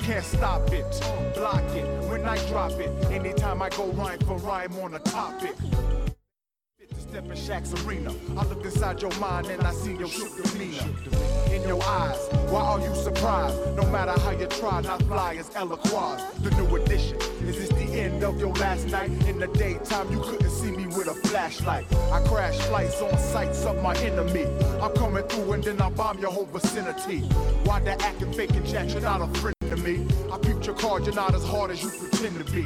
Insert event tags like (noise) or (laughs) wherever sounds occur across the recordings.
can't stop it. Block it when I drop it. Anytime I go rhyme for rhyme on a topic. Fit to step in Shaq's arena. I look inside your mind and I see your shook demeanor. In your eyes, why are you surprised? No matter how you try, not fly as eloquence. The new edition. Is this the end of your last night? In the daytime, you couldn't see me with a flashlight. I crash flights on sights of my enemy. I'm coming through and then I bomb your whole vicinity. Why that acting fake and chat? You're not a friend to me. I peeped your card, you're not as hard as you pretend to be.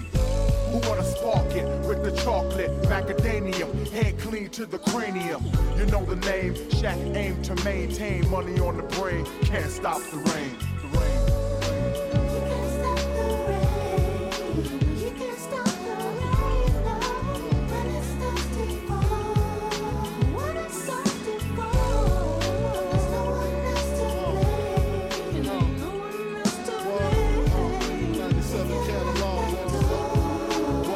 Who wanna spark it with the chocolate macadamium? Head clean to the cranium. You know the name, Shaq aim to maintain money on the brain. Can't stop the rain. The rain.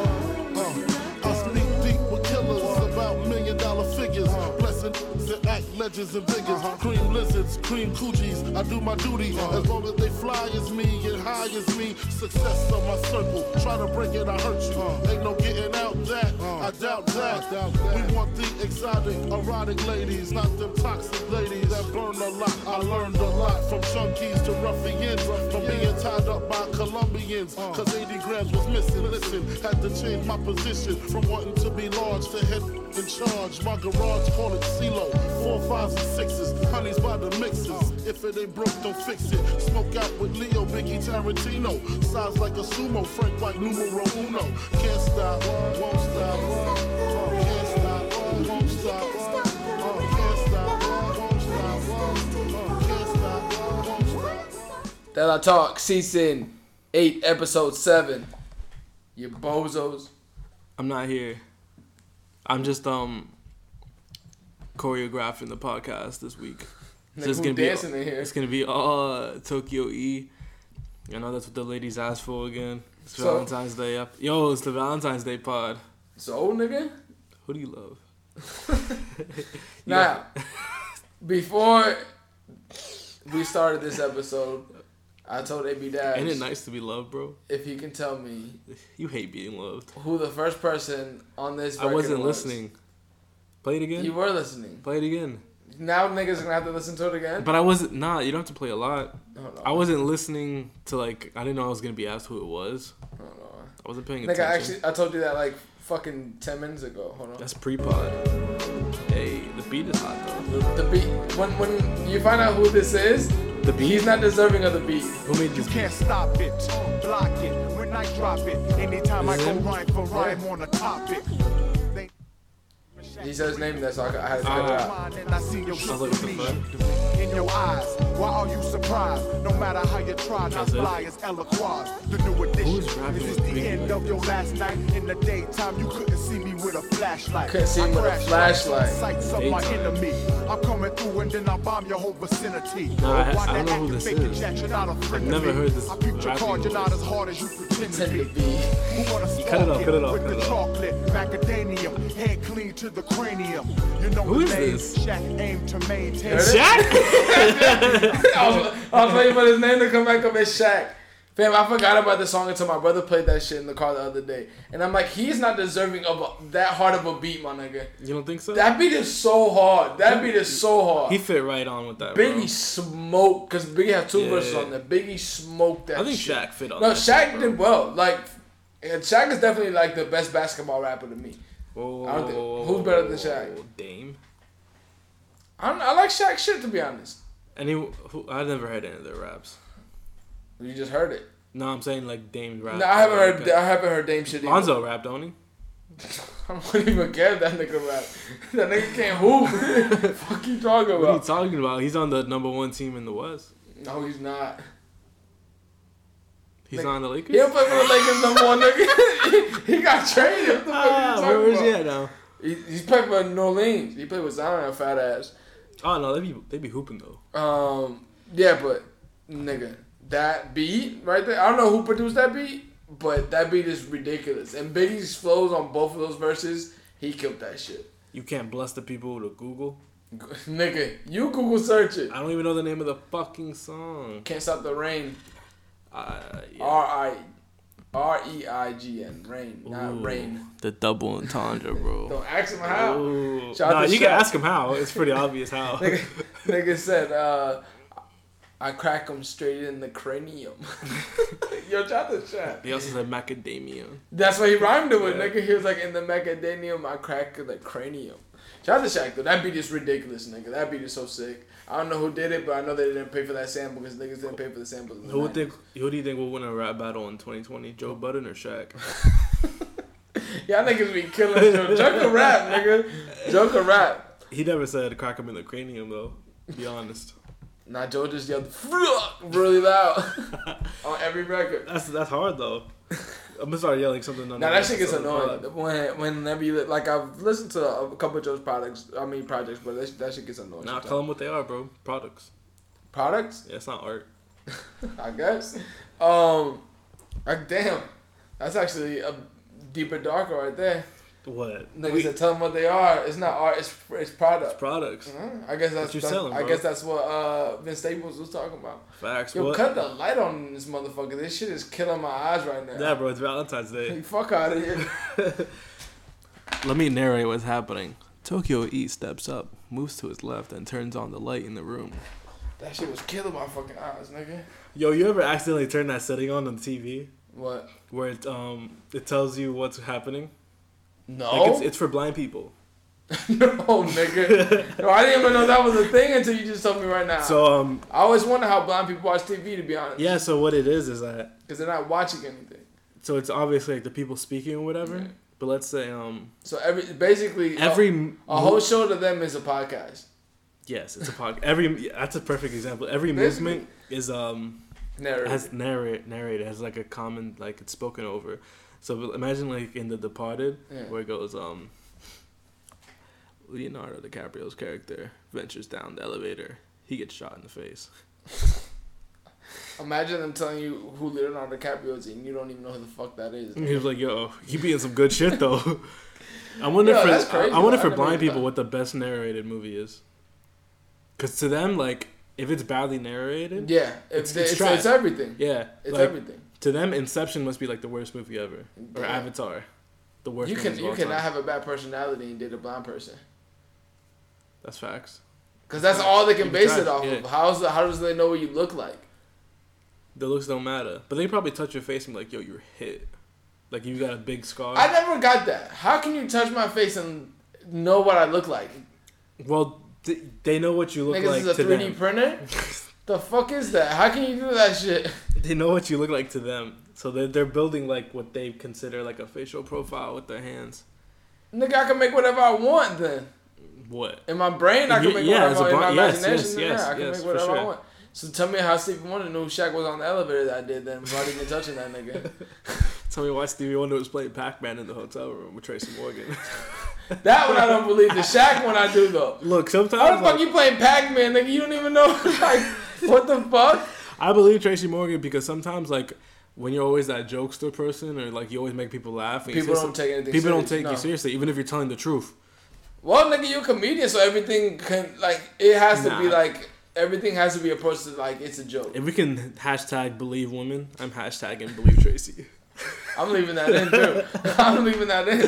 I sneak deep with killers about million dollar figures. Blessing that act legends and figures. Cream lizards, cream coochies. I do my duty as long as they fly as me and high as me. Success on my circle. Try to break it, I hurt you. Ain't no getting out that. I doubt that. We want the exotic, erotic ladies, not them toxic ladies that burn a lot. I learned a lot from junkies to ruffians, from being tied up by Colombians. Cause 80 grams was missing. Listen, had to change my position from wanting to be large to head in charge. My garage call it CeeLo. Four fives and sixes, honeys by the mixes. If it ain't broke, don't fix it. Smoke out with Leo, Biggie Tarantino. Size like a sumo, Frank White, numero uno. Can't stop, won't stop, uh, can't stop, won't stop. uh, Can't stop, won't stop, uh, can't stop, won't stop. That I Talk Season 8, Episode 7. You bozos. I'm not here. I'm just um choreographing the podcast this week. Like, So it's who gonna be dancing in here? it's gonna be all uh, Tokyo E. I know that's what the ladies asked for again. It's So- Valentine's Day up. Yo, it's the Valentine's Day pod. So, nigga. Who do you (laughs) love? Now, (laughs) before we started this episode, I told AB Dash Ain't it nice to be loved, bro? if he can tell me You hate being loved. who the first person on this I record wasn't was. listening. Play it again. You were listening. play it again. Now niggas gonna have to listen to it again. But I wasn't. Nah, you don't have to play a lot. Hold on. I wasn't listening to like. I didn't know I was gonna be asked who it was. Hold on. I wasn't paying Nigga, attention. I actually, I told you that like fucking ten minutes ago. Hold on. That's pre-pod. Hey, the beat is hot though. The beat. When when you find out who this is, The beat? he's not deserving of the beat. Who made you? You can't stop it, block it when I drop it. Anytime I go Is it? rhyme for rhyme on a topic. They- He said his name there, so I, got- I had Ah. to cut it out. Mind and I see your Sounds like what the demeanor. in your eyes, why are you surprised? No matter how you try, not That's it. fly as eloquence. The new edition. Who's rapping This is with the Biggie end like of your last night. In the daytime, you couldn't see me with a flashlight. Couldn't see me I with a crash flashlight. Sights of my Daytime. enemy. I'm coming through and then I bomb your whole vicinity. Nah, I- Why I don't that know who this acting fake is. chat? You're not a friend I've to never me. heard this I peeped your rapping card. You're not voice. as hard as you pretend to Pretend be. to be. (laughs) Who wanna Cut it spark off, cut it off, with cut the it off. chocolate macadamium, head clean to the cranium. You know the Who is name. this? Shaq aim to maintain. Heard it? I was, I was waiting for his name to come back up as Shaq. Fam, I forgot about the song until my brother played that shit in the car the other day, and I'm like, he's not deserving of a, that hard of a beat, my nigga. You don't think so? That beat is so hard. That beat is so hard. he fit right on with that. Biggie Bro. smoked because Biggie had two Yeah. verses on there. Biggie smoked that. I think shit. Shaq fit on. No, that Shaq shit, bro. did well. Like, and Shaq is definitely like the best basketball rapper to me. Whoa, I don't think- who's better than Shaq? Dame. I, don't, I like Shaq shit to be honest. Any? Who, I've never heard any of their raps. You just heard it. No, I'm saying like Dame rap. No, I haven't heard. Okay. I haven't heard Dame shit. either. Lonzo rap, don't he? (laughs) I don't even care if that nigga rap. (laughs) That nigga can't (laughs) hoop. Fuck you talking What are you about? talking about? He's on the number one team in the West. No, he's (laughs) not. He's Nigga. not on the Lakers. He don't play for the Lakers no more, nigga. (laughs) he got traded. What the fuck Ah, are where you is talking about? he at now? He, he's playing for New Orleans. He played with Zion, fat ass. Oh no, they be they be hooping though. Um, yeah, but nigga, that beat right there. I don't know who produced that beat, but that beat is ridiculous. And Biggie's flows on both of those verses, he killed that shit. (laughs) You can't bless the people with a Google. nigga, you Google search it. I don't even know the name of the fucking song. Can't stop the rain. Uh, yeah. R I R E I G N. Rain, Ooh, not rain. The double entendre, (laughs) bro. Don't ask him how. Ooh. Shout out Nah, to you can Shaq. ask him how. It's pretty obvious (laughs) how. Nigga, nigga said, uh, I crack him straight in the cranium. (laughs) Yo, shout out to Shaq. He also said macadamia. That's what he rhymed it with. Yeah. Nigga, he was like, in the macadamium, I crack the cranium. Shout out to Shaq, though. That beat is ridiculous, nigga. That beat is so sick. I don't know who did it, but I know they didn't pay for that sample because niggas didn't pay for the sample. in the Who would 90s. think? Who do you think will win a rap battle in 2020? Joe Budden or Shaq? (laughs) (laughs) Y'all niggas be killing Joe. Joker rap, nigga. Joker rap. He never said crack him in the cranium though. Be honest. Nah, Joe just yelled "Fuck" really loud on every record. That's that's hard (laughs) though. I'm gonna start yelling something. Now that shit gets annoying. When whenever you li- like, I've listened to a couple of Joe's products. I mean projects, but that, sh- that shit gets annoying. Now sometimes. call them what they are, bro. Products. products, Yeah, it's not art. I guess. Um, like damn, that's actually a deeper darker right there. What? Niggas We- that tell them what they are. It's not art. It's it's product. products. Mhm. I guess that's, you that's selling, I bro. guess that's what uh Vince Staples was talking about. Facts. Yo, what? cut the light on this motherfucker. This shit is killing my eyes right now. Yeah, bro. It's Valentine's Day. Like, fuck out of here. Let me narrate what's happening. Tokyo E steps up, moves to his left, and turns on the light in the room. that shit was killing my fucking eyes, nigga. Yo, you ever accidentally turn that setting on on TV What? where it um it tells you what's happening? No. Like it's it's for blind people. (laughs) no, nigga. No, I didn't even know that was a thing until you just told me right now. So um I always wonder how blind people watch TV, to be honest. yeah, so what it is is that Because they're not watching anything. so it's obviously like the people speaking or whatever. Right. But let's say um So every basically a- every a, whole show to them is a podcast. yes it's a podcast every that's a perfect example every Basically. movement is um Narrative. has narrate narrated has like a common like it's spoken over. So imagine like in The Departed Yeah. where it goes um Leonardo DiCaprio's character ventures down the elevator. He gets shot in the face. Imagine them telling you who Leonardo DiCaprio is and you don't even know who the fuck that is. And he was like, "Yo, he be in some good shit though." (laughs) I wonder Yo, for that's crazy, I, I wonder though. I for never blind knew people that. what the best narrated movie is. Cause to them, like if it's badly narrated, yeah, Yeah, it's It's- it's, it's it's, trash. everything. It's like, everything. to them, Inception must be like the worst movie ever, or Yeah. Avatar, the worst. You movie can of you all cannot time. have a bad personality and date a blind person. That's facts. Cause that's all they can You can base try it it, off yeah. of. How's the, how does they know what you look like? The looks don't matter, but they probably touch your face and be like, "Yo, you're hit." Like you got a big scar. I never got that. How can you touch my face and know what I look like? well, th- they know what you look Niggas like is a to three them. D (laughs) printer. the fuck is that? How can you do that shit? they know what you look like to them. So they're, they're building like what they consider like a facial profile with their hands. Nigga, I can make whatever I want then. What? In my brain, I can Yeah, make yeah, whatever I as a want. In my bri- yes, imagination, yes, yeah, I can yes, make for whatever I sure. want. So tell me how Stevie Wonder knew Shaq was on the elevator that I did then without even touching that nigga. Tell me why Stevie Wonder was playing Pac-Man in the hotel room with Tracy (laughs) Morgan. (laughs) That one I don't believe. The Shaq one I do (laughs) though. look, How sometimes the fuck like, you playing Pac Man, nigga? You don't even know. (laughs) like, what the fuck? I believe Tracy Morgan because sometimes like when you're always that jokester person or like you always make people laugh. and you People say don't some- take anything. people don't serious, take no. you seriously, even if you're telling the truth. Well, nigga, you're a comedian, so everything can like it has to be Nah. like everything has to be approached to like it's a joke. If we can hashtag believe women, I'm hashtagging believe Tracy. I'm leaving that in too. (laughs) I'm leaving that in.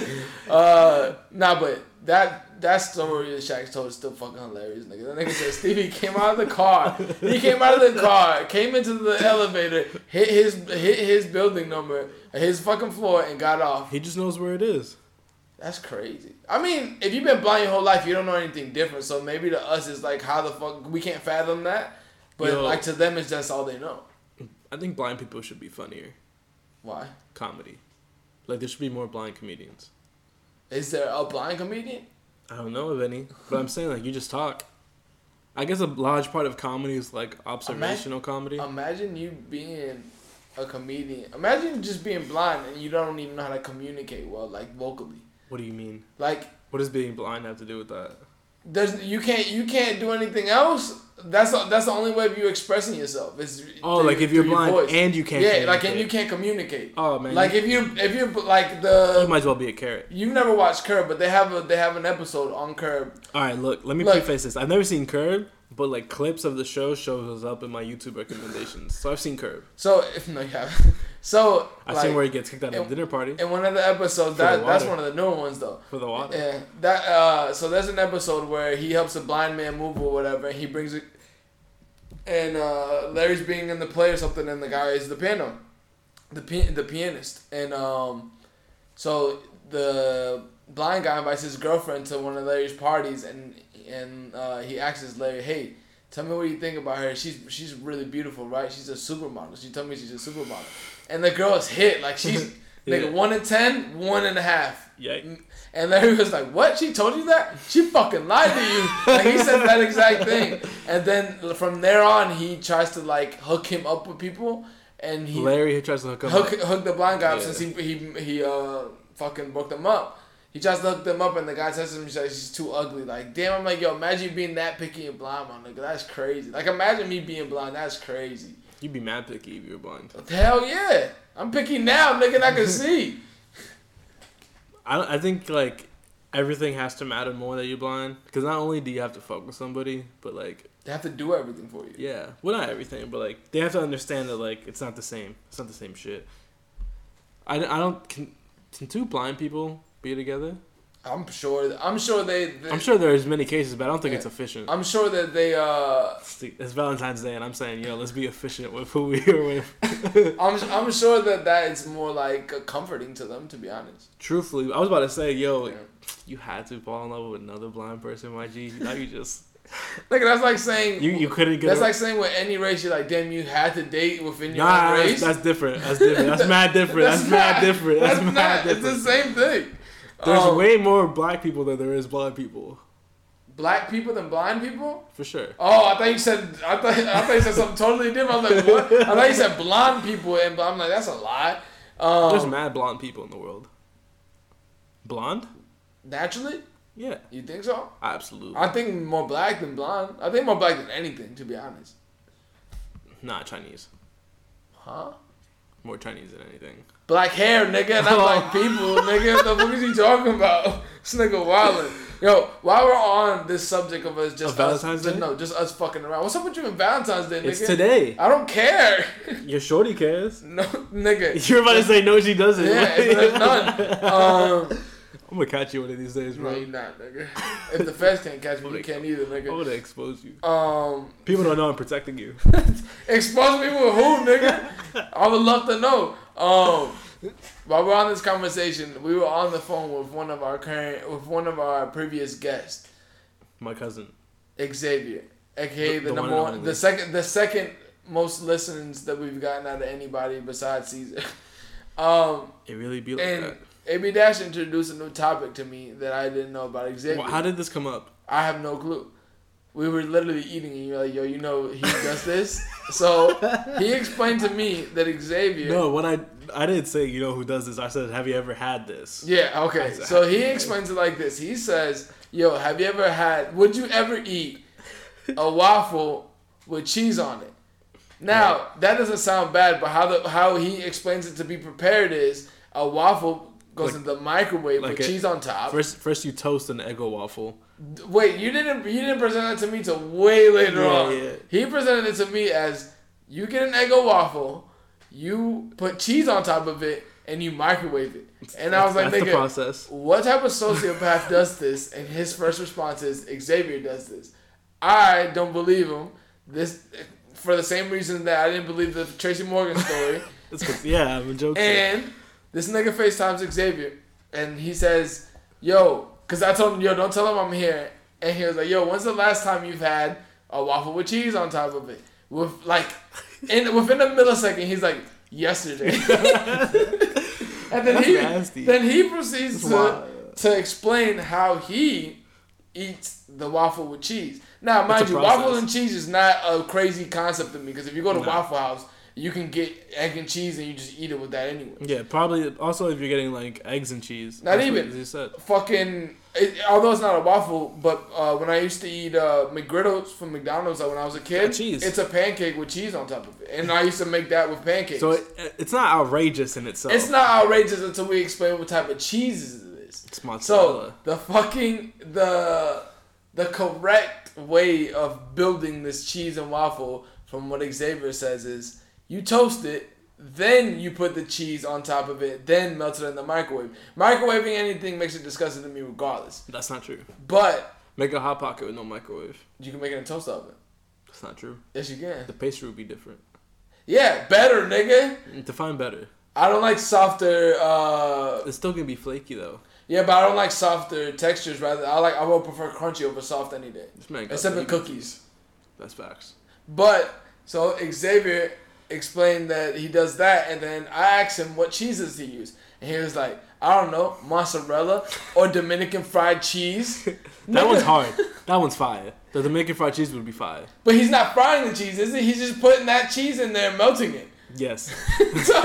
Uh, nah, but that that story that Shaq told is still fucking hilarious, nigga. That nigga said Stevie came out of the car. He came out of the car, came into the elevator, hit his hit his building number, his fucking floor, and got off. He just knows where it is. That's crazy. I mean, if you've been blind your whole life, you don't know anything different. So maybe to us, it's like, how the fuck we can't fathom that. But Yo. like to them, it's just all they know. I think blind people should be funnier. Why? Comedy. Like there should be more blind comedians. Is there a blind comedian? I don't know of any, but I'm saying like you just talk. I guess a large part of comedy is like observational comedy. Imagine you being a comedian. Imagine just being blind and you don't even know how to communicate well, like vocally. what do you mean? Like What does being blind have to do with that? there's you can't you can't do anything else. That's that's the only way of you expressing yourself. Is Oh, through- like if you're through your blind voice. and you can't. yeah, like and communicate. you can't communicate. Oh man, like you, if you if you're like the you might as well be a carrot. You've never watched Curb, but they have a they have an episode on Curb. All right, look, let me Look. preface this. I've never seen Curb, But like clips of the show shows up in my YouTube recommendations. So I've seen Curb. So (laughs) if no, you haven't. So I've like, seen where he gets kicked out of it- a dinner party in one of the episodes, For that the that's water. one of the newer ones though. for the water. Yeah, that uh, so there's an episode where he helps a blind man move or whatever, and he brings it, and uh, Larry's being in the play or something, and the guy is the piano, the pi- the pianist, and um, so the blind guy invites his girlfriend to one of Larry's parties, and and uh, he asks Larry, hey. Tell me what you think about her. She's she's really beautiful, right? She's a supermodel. She told me she's a supermodel, and the girl is hit like (laughs) she's Yeah. nigga one in ten, one and a half. Yikes. And Larry was like, "What? She told you that? She fucking lied to you." like he said that exact thing. And then from there on, he tries to like hook him up with people, and he Larry tries to hook up. hook hook the blind guy up Yeah. since he he he uh fucking booked him up. He tries to hook them up, and the guy tells him he's like, she's too ugly. Like, damn, I'm like, yo, imagine you being that picky and blind, my nigga. That's crazy. Like, imagine me being blind. That's crazy. You'd be mad picky if you were blind. Hell yeah, I'm picky now, nigga. and I (laughs) can see. I don't, I think like everything has to matter more that you're blind because not only do you have to fuck with somebody, but like They have to do everything for you. yeah, well not everything, but like they have to understand that like it's not the same. It's not the same shit. I, don't- I don't can, can two blind people be together? I'm sure. I'm sure they. they I'm sure there's many cases, but I don't think Yeah. it's efficient. I'm sure that they uh It's the- it's Valentine's Day, and I'm saying, yo, let's be efficient with who we are with. (laughs) I'm I'm sure that that it's more like comforting to them to be honest. Truthfully, I was about to say, yo, Yeah. you had to fall in love with another blind person, YG. Now you just Like that's like saying you you couldn't get. that's a- like saying with any race you're like damn you had to date within your nah, own that's, race. that's different. That's different. That's (laughs) mad different. That's, mad not- different. That's, that's mad not- different. It's the same thing. There's Um, way more black people than there is blind people, black people than blind people. for sure. Oh, I thought you said I thought I thought you said something totally different. I was like what? I thought you said blonde people and I'm like that's a lie. There's Um, mad blonde people in the world. Blonde? naturally, Yeah, you think so? absolutely. I think more black than blonde. I think more black than anything to be honest. nah, Chinese. Huh? More Chinese than anything. black hair, nigga, not black (laughs) Oh. people, nigga. What the fuck is you talking about? (laughs) This nigga wildin'. Yo, while we're on this subject of us just Of Valentine's us, just- Day? no, just us fucking around. What's up with you and Valentine's Day, nigga? It's today. I don't care. (laughs) Your shorty cares. (laughs) no, nigga. You're about to say no, she doesn't. (laughs) Yeah, there's none. Um, I'm gonna catch you one of these days, bro. no, you're not, nigga. If the feds can't catch me, you can't either, I'm nigga. gonna expose you. Um, People don't know I'm protecting you. Expose me with who, nigga? I would love to know. Um, while we're on this conversation, we were on the phone with one of our current, with one of our previous guests, My cousin. Xavier, aka the, The- the one number and one, only. the second, the second most listens that we've gotten out of anybody besides Caesar. (laughs) Um, It really be like and AB Dash introduced a new topic to me that I didn't know about that. Xavier. Well, how did this come up? I have no clue. We were literally eating, and you're like, "Yo, you know he does this." so he explained to me that Xavier. No, what I I didn't say you know who does this. I said have you ever had this? Yeah. Okay. That's a So he happy place. explains it like this. He says, "Yo, have you ever had? Would you ever eat a waffle with cheese on it?" Now that doesn't sound bad, but how the how he explains it to be prepared is a waffle goes Like- in the microwave like with a- cheese on top. First first you toast an egg waffle. Wait, you didn't you didn't present that to me till way later Yeah, on. yeah. He presented it to me as you get an egg o waffle, you put cheese on top of it, and you microwave it. And I was like, That's the nigga, process. what type of sociopath does this? And his first response is Xavier does this. I don't believe him. This for the same reason that I didn't believe the Tracy Morgan (laughs) story. It's 'cause- yeah, I'm joking. And this nigga FaceTimes Xavier and he says, Yo, because I told him, Yo, don't tell him I'm here. And he was like, Yo, when's the last time you've had a waffle with cheese on top of it? With like, in within a millisecond, he's like, Yesterday. (laughs) and then That's he, nasty. then he proceeds That's to, wild. to explain how he eats the waffle with cheese. Now, mind a you, process. waffle and cheese is not a crazy concept to me because if you go to No. Waffle House, you can get egg and cheese and you just eat it with that anyway. yeah, probably also if you're getting like eggs and cheese. Not Mm. That's what even. you said. Fucking, it, although it's not a waffle, but uh, when I used to eat uh, McGriddles from McDonald's uh, when I was a kid, Yeah, cheese. it's a pancake with cheese on top of it. And I used to make that with pancakes. So it, it's not outrageous in itself. it's not outrageous until we explain what type of cheese it is. It's mozzarella. So the fucking the the correct way of building this cheese and waffle from what Xavier says is you toast it, then you put the cheese on top of it, then melt it in the microwave. Microwaving anything makes it disgusting to me regardless. That's not true. But Make a hot pocket with no microwave. you can make it in a toast oven. That's not true. Yes, you The can. pastry would be different. Yeah, better, nigga. Define better. I don't like softer. uh It's still gonna be flaky though. Yeah, but I don't like softer textures. Rather, I like I would prefer crunchy over soft any day, This man got except for babies. cookies. That's facts. But so Xavier explained that he does that, and then I asked him what cheeses he used, and he was like, I don't know, mozzarella or Dominican fried cheese. (laughs) That one's hard. (laughs) That one's fire. The Dominican fried cheese would be fire. But he's not frying the cheese, is he? He's just putting that cheese in there, and melting it. (laughs) Yes. so,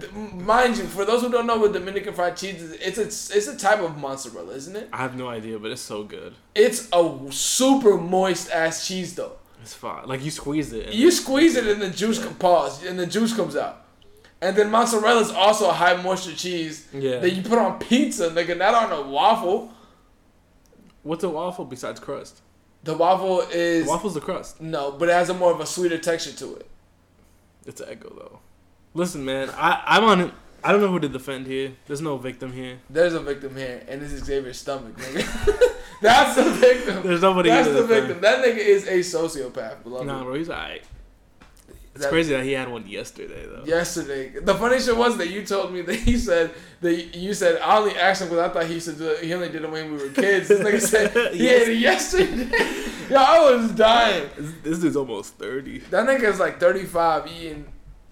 th- (laughs) mind you, for those who don't know what Dominican fried cheese is, it's a it's a type of mozzarella, isn't it? I have no idea, but it's so good. It's a super moist ass cheese though. It's fire. Like you squeeze it. And You squeeze it and the juice com- pause and the juice comes out. And then mozzarella is also a high moisture cheese Yeah. that you put on pizza, nigga, not on a waffle. What's a waffle besides crust? The waffle is Waffle's the crust. no, but it has a more of a sweeter texture to it. It's an echo though. Listen, man. I I'm on. I don't know who to defend here. There's no victim here. There's a victim here, and this is Xavier's stomach, nigga. (laughs) That's the victim. There's nobody That's here the to defend. victim. That nigga is a sociopath, beloved. Nah, bro. He's alright. It's That- crazy that he had one yesterday though. yesterday. The funny shit was that you told me that he said that you said I only asked him because I thought he used to do it. He only did it when we were kids. This nigga (laughs) said he Yes. ate it yesterday. (laughs) Yo, I was dying. This, this dude's almost thirty. That nigga is like 35 eating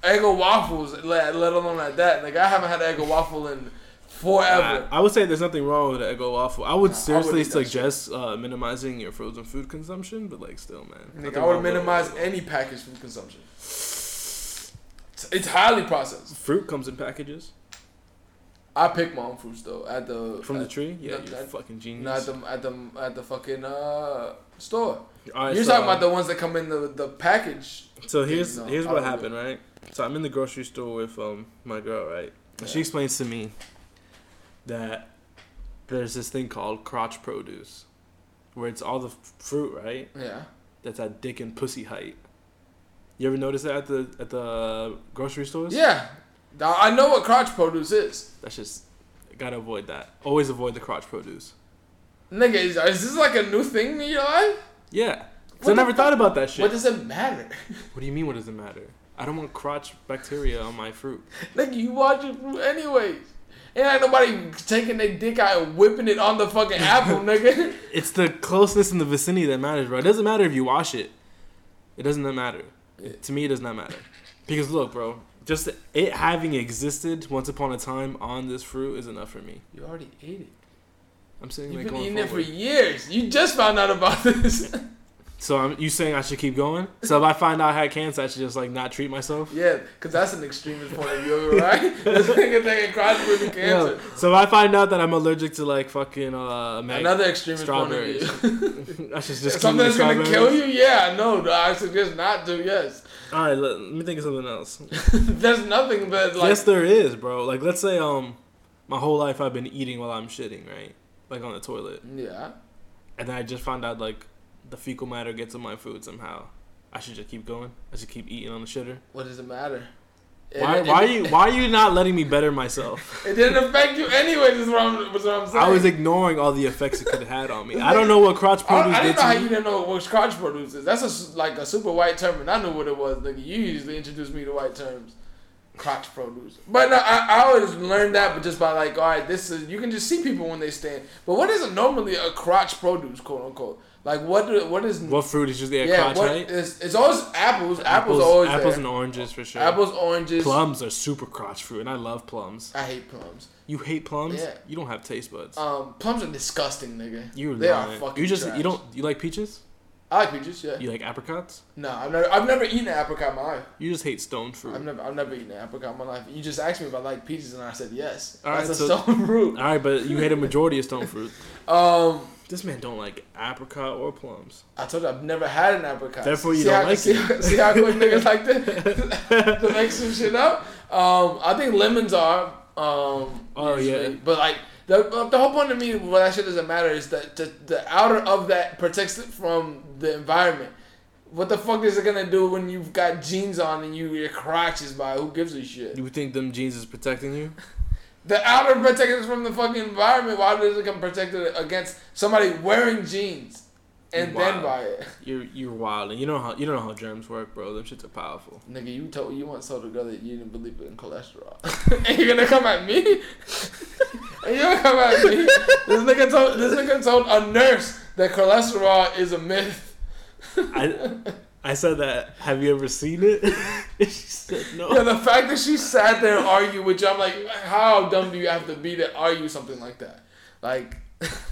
Eggo waffles, let, let alone like that. Like I haven't had an Eggo waffle in forever. I, I would say there's nothing wrong with an egg waffle. I would seriously eat that shit. suggest uh, minimizing your frozen food consumption, but like still, man. Nigga, nothing I wrong would with an minimize egg any packaged food consumption. It's- It's highly processed. waffle. Fruit comes in packages I pick my own fruits though at the from the at, tree. Yeah, Uh, no, you that- fucking genius. no, at the at the at the fucking uh store. All right, You're so, um, talking about the ones that come in the, the package. So here's No, here's I what don't do happened, right? So I'm in the grocery store with um my girl, right? And She Yeah. explains to me that there's this thing called crotch produce, where it's all the f- fruit, right? Yeah. That's at dick and pussy height. You ever notice that at the at the grocery stores? Yeah. Now, I know what crotch produce is. That's just gotta avoid that. Always avoid the crotch produce. Nigga, is, is this like a new thing in your life? Yeah. 'Cause What I the never fuck- thought about that shit. What does it matter? (laughs) what do you mean? What does it matter? I don't want crotch bacteria on my fruit. Nigga, you watch it through anyways. Ain't like nobody taking their dick out and whipping it on the (laughs) fucking apple, nigga. It's the closeness in the vicinity that matters, bro. It doesn't matter if you wash it. It doesn't matter. It- to me, it does not matter. Because look, bro, just it having existed once upon a time on this fruit is enough for me. You already ate it. I'm saying You've like been going eating it for forward. years. You just found out about (laughs) this. So I'm, you saying I should keep going? So if I find out I had cancer, I should just like not treat myself. yeah, because that's an extremist point of view, right? (laughs) this nigga thinking crotch produce cancer. Yeah. So if I find out that I'm allergic to like fucking uh, mag- Another extremist point of strawberries, view. (laughs) I should just keep Something that's eating gonna strawberries. kill you? Yeah, no, I suggest not to. Yes, (laughs) All right, let, let me think of something else. there's nothing but like yes, there is, bro. Like, let's say um, my whole life I've been eating while I'm shitting, right? Like on the toilet, yeah. and then I just found out like the fecal matter gets in my food somehow. I should just keep going. I should keep eating on the shitter. What does it matter? Why? It, Why are it, you? Why are you not letting me better myself? (laughs) It didn't affect you anyway. Is what I'm, is what I'm saying. I was ignoring all the effects it could have had on me. I don't know what crotch I, I produce didn't did know how to you me. didn't know what crotch produce is. That's a s like a super white term, and I knew what it was. Nigga, you usually introduce me to white terms, crotch produce. But no, I, I always learned that, but just by like, all right, this is you can just see people when they stand. But what is normally a crotch produce, quote unquote? Like what? Do, what is What fruit is just there? Yeah, crotch, what- right? it's, it's always apples. Apples, are always apples there. and oranges for sure. apples, oranges. Plums are super crotch fruit, and I love plums. I hate plums. You hate plums? Yeah. You don't have taste buds. Um, plums are disgusting, nigga. you they lying. are fucking. You just trash. you don't you like peaches? I like peaches. Yeah. You like apricots? No, I've never. I've never eaten an apricot in my life. You just hate stone fruit. I've never. I've never eaten an apricot in my life. You just asked me if I like peaches, and I said yes. All That's right, a so- stone (laughs) root. All right, but you hate a majority of (laughs) stone fruit. Um, This man don't like apricot or plums. I told you I've never had an apricot. Therefore, you see don't how, like see, it. See how quick (laughs) niggas like to, to make some shit up. Um, I think lemons are. Um, Oh, yeah. but like The, the whole point to me why that shit doesn't matter is that the, the outer of that protects it from the environment. What the fuck is it gonna do when you've got jeans on and you your crotch is by? Who gives a shit? You think them jeans is protecting (laughs) you? The outer protects it from the fucking environment. Why does it come protected against somebody wearing jeans and then Wow. buy it? You're you're wild, and you know how you don't know how germs work, bro. Them shits are (laughs) powerful. Nigga, you told you once told a girl that you didn't believe in cholesterol. and you're gonna come at me? and you're gonna come at me? This nigga told this nigga told a nurse that cholesterol is a myth. I I said that. Have you ever seen it? (laughs) she said Yeah, no. the fact that she sat there and argued with you, I'm like, how dumb do you have to be to argue something like that? Like,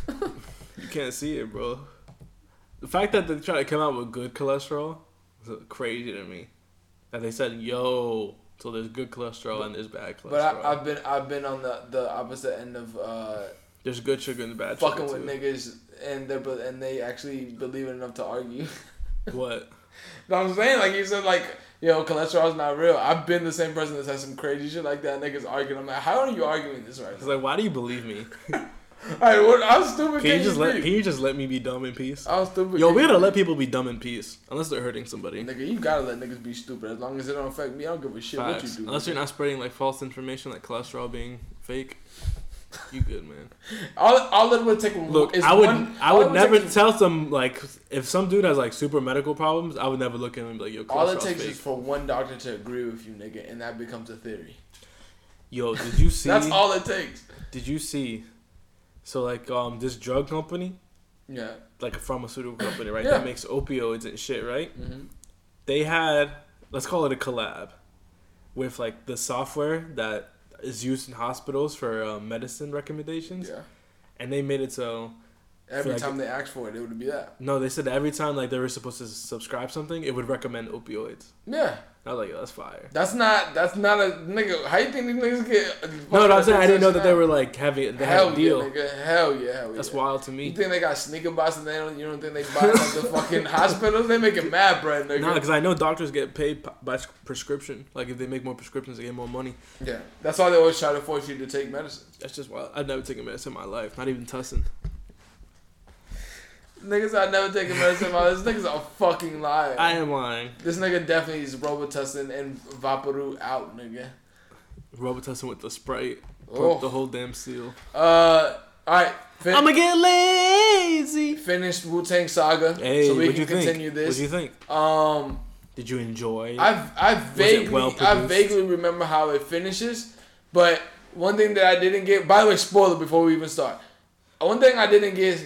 You can't see it, bro. The fact that they try to come out with good cholesterol is crazy to me. That they said, "Yo, so there's good cholesterol and there's bad cholesterol. but I, I've been I've been on the, the opposite end of uh, there's good sugar and bad sugar fucking with too. niggas and they are and they actually believe it enough to argue. What? know what I'm saying? Like you said, like, yo, cholesterol's not real. I've been the same person that's had some crazy shit like that. Niggas arguing. I'm like, how are you arguing this right It's now? like, why do you (laughs) believe me? Alright, what how stupid Can you just let be? Can you just let me be dumb in peace? How stupid Yo, can we you gotta be? let people be dumb in peace, unless they're hurting somebody. Nigga, you gotta let niggas be stupid. As long as it don't affect me, I don't give a shit what Facts. you do. Unless you're not spreading like false information, like cholesterol being fake. You good, man. all, all it would take Look, is I would one, I all it would never take is- tell some like if some dude has like super medical problems, I would never look at him and be like, "Yo, all it cholesterol's takes fake." is for one doctor to agree with you, nigga, and that becomes a theory. Yo, did you (laughs) see? That's all it takes. Did you see? So like um this drug company, Yeah. like a pharmaceutical company, right? Yeah. That makes opioids and shit, right? Mm-hmm. they had let's call it a collab with like the software that is used in hospitals for um, medicine recommendations Yeah. and they made it so Every like- time they asked for it, it would be that. no they said that every time like they were supposed to subscribe something it would recommend opioids Yeah. i was like yo that's fire That's not. That's not a nigga. How you think these niggas get? no no i'm saying i didn't know that they were like having they hell had a deal Yeah, nigga. Hell yeah. Hell that's yeah. wild to You me think they got sneaker bots and they don't? You don't think they buy it (laughs) at the fucking hospitals? They making mad bread, nigga. no because i know doctors get paid p- by s- prescription like if they make more prescriptions they get more money yeah. That's why they always try to force you to take medicine. that's just wild i've never taken medicine in my life not even tussing Niggas, I never taken medicine. in my life. This nigga's a fucking liar. i am lying this nigga definitely is Robitussin and Vaporu out, nigga. robitussin with the sprite broke the Oh. whole damn seal Uh. All right. Fin- I'ma get lazy. finished Wu Tang Saga, Hey, so we what'd can you think? continue What'd you this. think? Um. Did you enjoy? I've I vaguely well I produced? vaguely remember how it finishes, but one thing that I didn't get. By the way, spoiler before we even start. One thing I didn't get is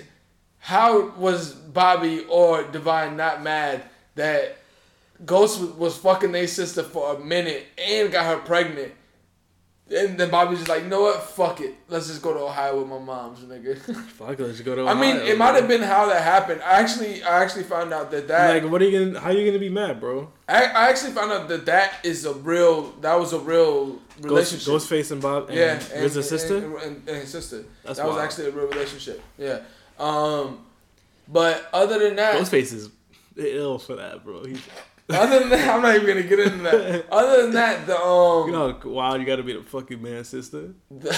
how was Bobby or Divine not mad that Ghost was, was fucking their sister for a minute and got her pregnant. And then Bobby's just like, you know what? Fuck it. Let's just go to Ohio with my mom's nigga. (laughs) Fuck, let's go to. I mean, Ohio, it might have bro. been how that happened. I actually, I actually found out that that Like, what are you gonna? How are you gonna be mad, bro? I, I actually found out that that is a real that was a real relationship. Ghost, Ghostface and Bob. And yeah, yeah, and, RZA's sister. and, and- and his sister. That's that was wild. actually a real relationship. Yeah. Um, but other than that, Ghostface is ill for that, bro. He's, other than that, (laughs) I'm not even gonna get into (laughs) that. Other than that, the um, you know, how wild. You gotta be the fucking man, sister. (laughs) (laughs) the-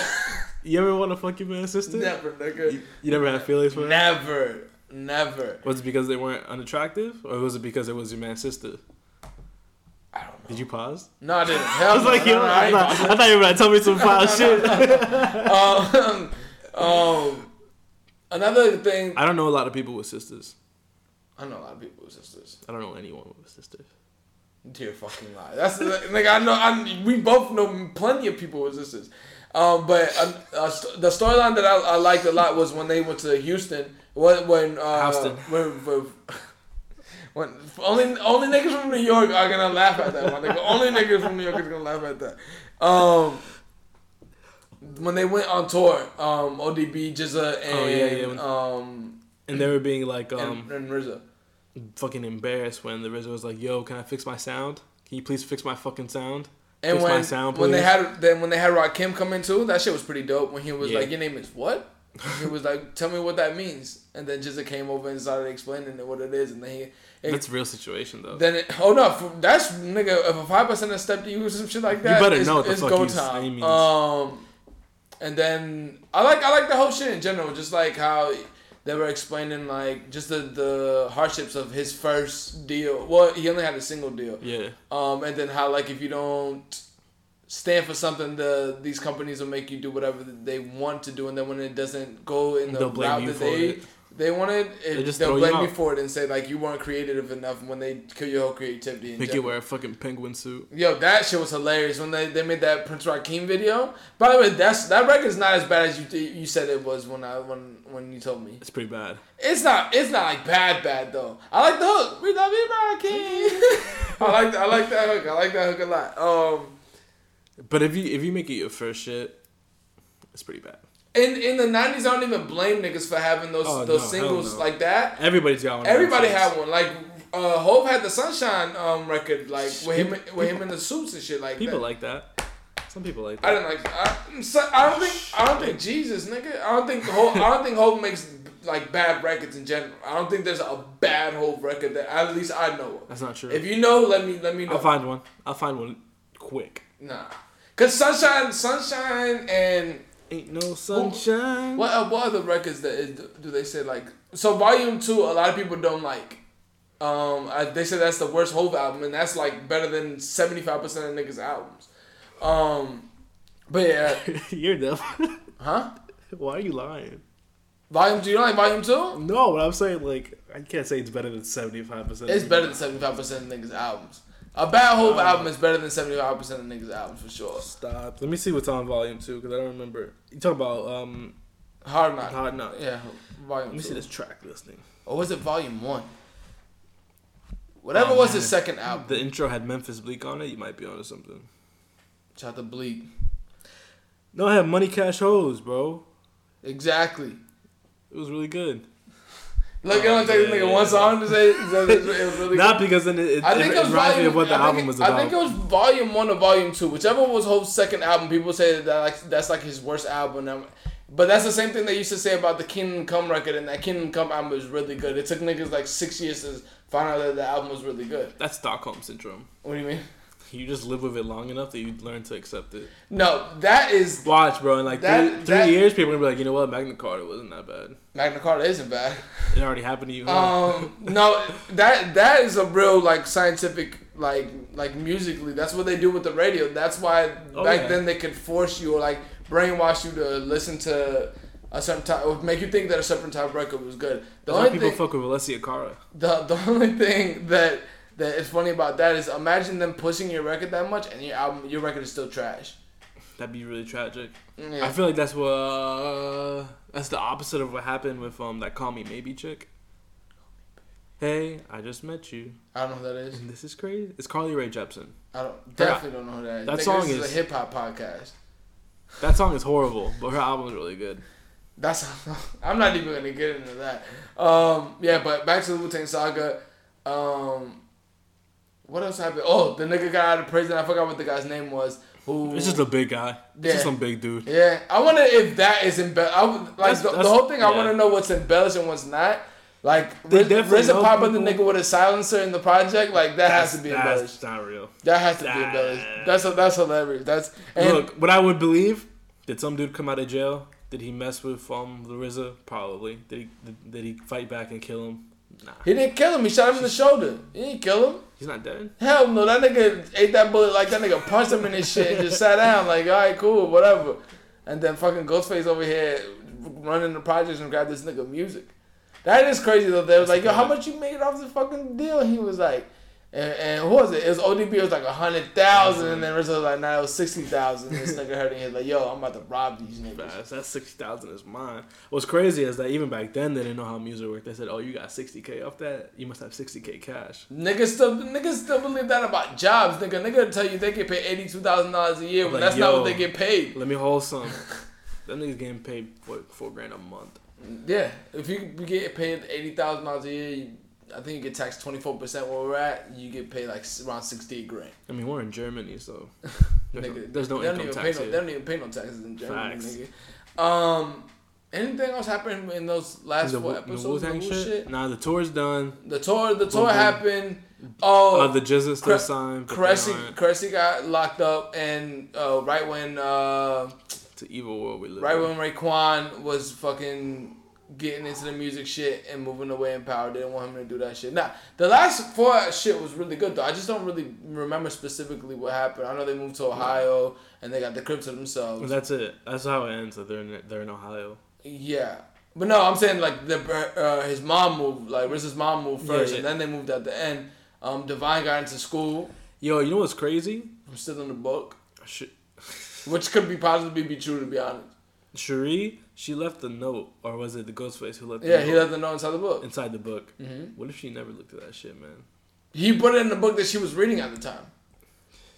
You ever want a fucking man, sister? never, nigga, You, you never had feelings for that. never, never. Was it because they weren't unattractive, or was it because it was your man, sister? I don't know. Did you pause? No, I (laughs) didn't. Hell, I was like, no, yo, no, I I, ain't thought, I thought you were gonna tell me some foul shit. (laughs) Um, um, another thing. I don't know a lot of people with sisters. I know a lot of people with sisters. I don't know anyone with sisters. Dear fucking lie. That's the, like I know. I, we both know plenty of people with sisters. Um, but uh, uh, st- the storyline that I, I liked a lot was when they went to Houston. When when uh, Houston. When, when, when only only niggas from New York are gonna laugh at that. My nigga. Only niggas from New York is gonna laugh at that. Um, when they went on tour, um, ODB, Jizza, and Oh, yeah, yeah, when- um, And they were being like, and, um, and RZA. fucking embarrassed when the RZA was like, "Yo, can I fix my sound? Can you please fix my fucking sound?" And Fix my when, sound, when they please. had then when they had Rakim come in too, that shit was pretty dope. When he was Yeah. like, "Your name is what?" he was like, "Tell me what that means." And then Jizza came over and started explaining it, what it is, and then he. it- That's a real situation though. then it, oh no, for, that's nigga. If a five percent step to you or some shit like that, better it's, know what the it's fuck go he's- he time. means. Um, And then I like I like the whole shit in general, just like how they were explaining like just the, the hardships of his first deal. Well, he only had a single deal. Yeah. Um, and then how like if you don't stand for something, the these companies will make you do whatever they want to do, and then when it doesn't go in the They'll blame route you that for they it. they wanted, it, They just they'll throw you blame you out. for it and say like you weren't creative enough when they kill your whole creativity. in Make you general. wear a fucking penguin suit. Yo, that shit was hilarious when they, they made that Prince Rakim video. By the way, that's that record's not as bad as you you said it was when I when when you told me. It's pretty bad. It's not it's not like bad bad though. I like the hook. We love (laughs) you, Rakim. I like I like that hook. I like that hook a lot. Um, But if you if you make it your first shit, it's pretty bad. in in the nineties, I don't even blame niggas for having those Oh, those no, hell singles no. like that. Everybody's got one. of Everybody those had one. Like uh, Hope had the Sunshine um record, like with him with him in the suits and shit like People that. like that. Some people like I that. didn't like. I, I'm so- I don't think. I don't think Jesus, nigga. I don't think. Hope, I don't think Hope makes like bad records in general. I don't think there's a bad Hope record that at least I know. of. That's not true. If you know, let me let me know. I'll find one. I'll find one quick. nah, cause Sunshine, Sunshine, and Ain't no sunshine. what uh, what other records that is, do they say like? So Volume Two, a lot of people don't like. Um, I, they say that's the worst Hope album, and that's like better than seventy five percent of niggas' albums. Um, but yeah, (laughs) You're dumb. huh? Why are you lying? Volume Two, you don't like Volume Two? No, but I'm saying like I can't say it's better than seventy five percent. It's better than seventy five percent of niggas' albums. A bad hope Uh, album is better than seventy five percent of niggas' albums for sure. Stop. Let me see what's on volume two because I don't remember. You talk about um. Hard knock. Hard Knock. Yeah, Let volume me see two. this track listing. Or was it volume one? Oh, Whatever was his second album. The intro had Memphis Bleak on it. You might be onto something. Shout out to Bleak. No, I had Money Cash Hoes, bro. Exactly. It was really good. Look, it only takes this nigga one song to say say this- it was really Not because then it, it, I think it it was reminds me volume. of what the I think album it- was about. I think it was volume one or volume two, whichever was Hope's second album. People say that, that like that's like his worst album. Um, But that's the same thing they used to say about the Kingdom Come record, and that Kingdom Come album was really good. It took niggas like six years to find out that the album was really good. That's Stockholm syndrome. What do you mean? You just live with it long enough that you learn to accept it. No, that is Watch, bro. In like That- three, three that- years, people are gonna be like, you know what? Magna Carta wasn't that bad. Magna Carta isn't bad. It already happened to you. huh? Um, no, that that is a real like scientific like like musically. That's what they do with the radio. That's why Oh, back yeah. then they could force you or like brainwash you to listen to a certain type or make you think that a certain type of record was good. The That's why only people thing, fuck with Alessia Cara. the the only thing that that is funny about that is imagine them pushing your record that much and your album your record is still trash. That'd be really tragic. Yeah. I feel like that's what uh, that's the opposite of what happened with um that call me maybe chick. Hey, I just met you. I don't know who that is. And this is crazy. It's Carly Rae Jepsen. I don't definitely don't know who that is. That Nigga, song this is- a hip hop podcast. That song is horrible, but her album is really good. That's (laughs) I'm not even gonna get into that. Um, yeah, but back to the Wu Tang Saga. Um, what else happened? Oh, the nigga got out of prison. I forgot what the guy's name was. Who? It's just a big guy. It's Yeah. just some big dude. yeah, I wonder if that is embellished. I would, like That's- the, the that's- whole thing. I yeah. want to know what's embellished and what's not. Like They Riz, definitely Riz and know Pop the people. nigga with a silencer in the project. Like that has to be embellished. That's not real. That has to be that- embellished. That's that's hilarious. That's and Look, what I would believe did some dude come out of jail? Did he mess with um Larissa? Probably. Did he did, did he fight back and kill him? Nah, he didn't kill him. He shot him in the shoulder. He didn't kill him. he's not dead. Hell no, that nigga ate that bullet like that nigga punched him in his shit and just sat down like, all right, cool, whatever. And then fucking Ghostface over here running the projects and grabbed this nigga music. That is crazy though. They was like, yo, how much you made off this fucking deal? And he was like, and, and who was it? It was ODB. It was like a hundred thousand, and then Rizzo was like, nah, it was sixty thousand. This nigga heard it. He was like, yo, I'm about to rob these niggas. That's, that's sixty thousand is mine. What's crazy is that even back then they didn't know how music worked. They said, "Oh, you got sixty k off that. You must have sixty k cash." Niggas still, niggas still believe that about jobs. Nigga, nigga tell you they get paid eighty two thousand dollars a year, but Like, that's not what yo. they get paid. Let me hold some. (laughs) Them niggas getting paid for four grand a month. Yeah, if you you get paid eighty thousand dollars a year, you, I think you get taxed twenty four percent where we're at. You get paid like s- around sixty grand. I mean, we're in (laughs) Germany, so there's no, Nigga, there's no they don't income even tax pay no, here. They don't even pay no taxes in Germany, Facts. nigga. Um, anything else happened in those last The, four Wu- episodes? the Wu-Tang of the Wu shit? Nah, the tour's done. The tour, the tour Wu-Tang. happened. Oh, Uh, the Jizz is still Cre- signed. but they Cressy, aren't. Cressy got locked up, and uh, right when uh, to evil world we live Right when in. Raekwon was fucking getting into the music shit and moving away in power, they didn't want him to do that shit. Nah, the last four shit was really good though. I just don't really remember specifically what happened. I know they moved to Ohio and they got the crib to themselves. That's it. That's how it ends. That they're in, they're in Ohio. Yeah. But no, I'm saying like the uh, his mom moved, like Riz's mom moved Yeah, first, yeah. and then they moved at the end. Um, Divine got into school. Yo, you know what's crazy? I'm still in the book, Sh- which could be possibly be true to be honest. Cherie, she left the note, or was it the Ghostface who left? The Yeah, note he let them know inside the Mm-hmm. book. inside the book. What if she never looked at that shit, man? He put it in the book that she was reading at the time,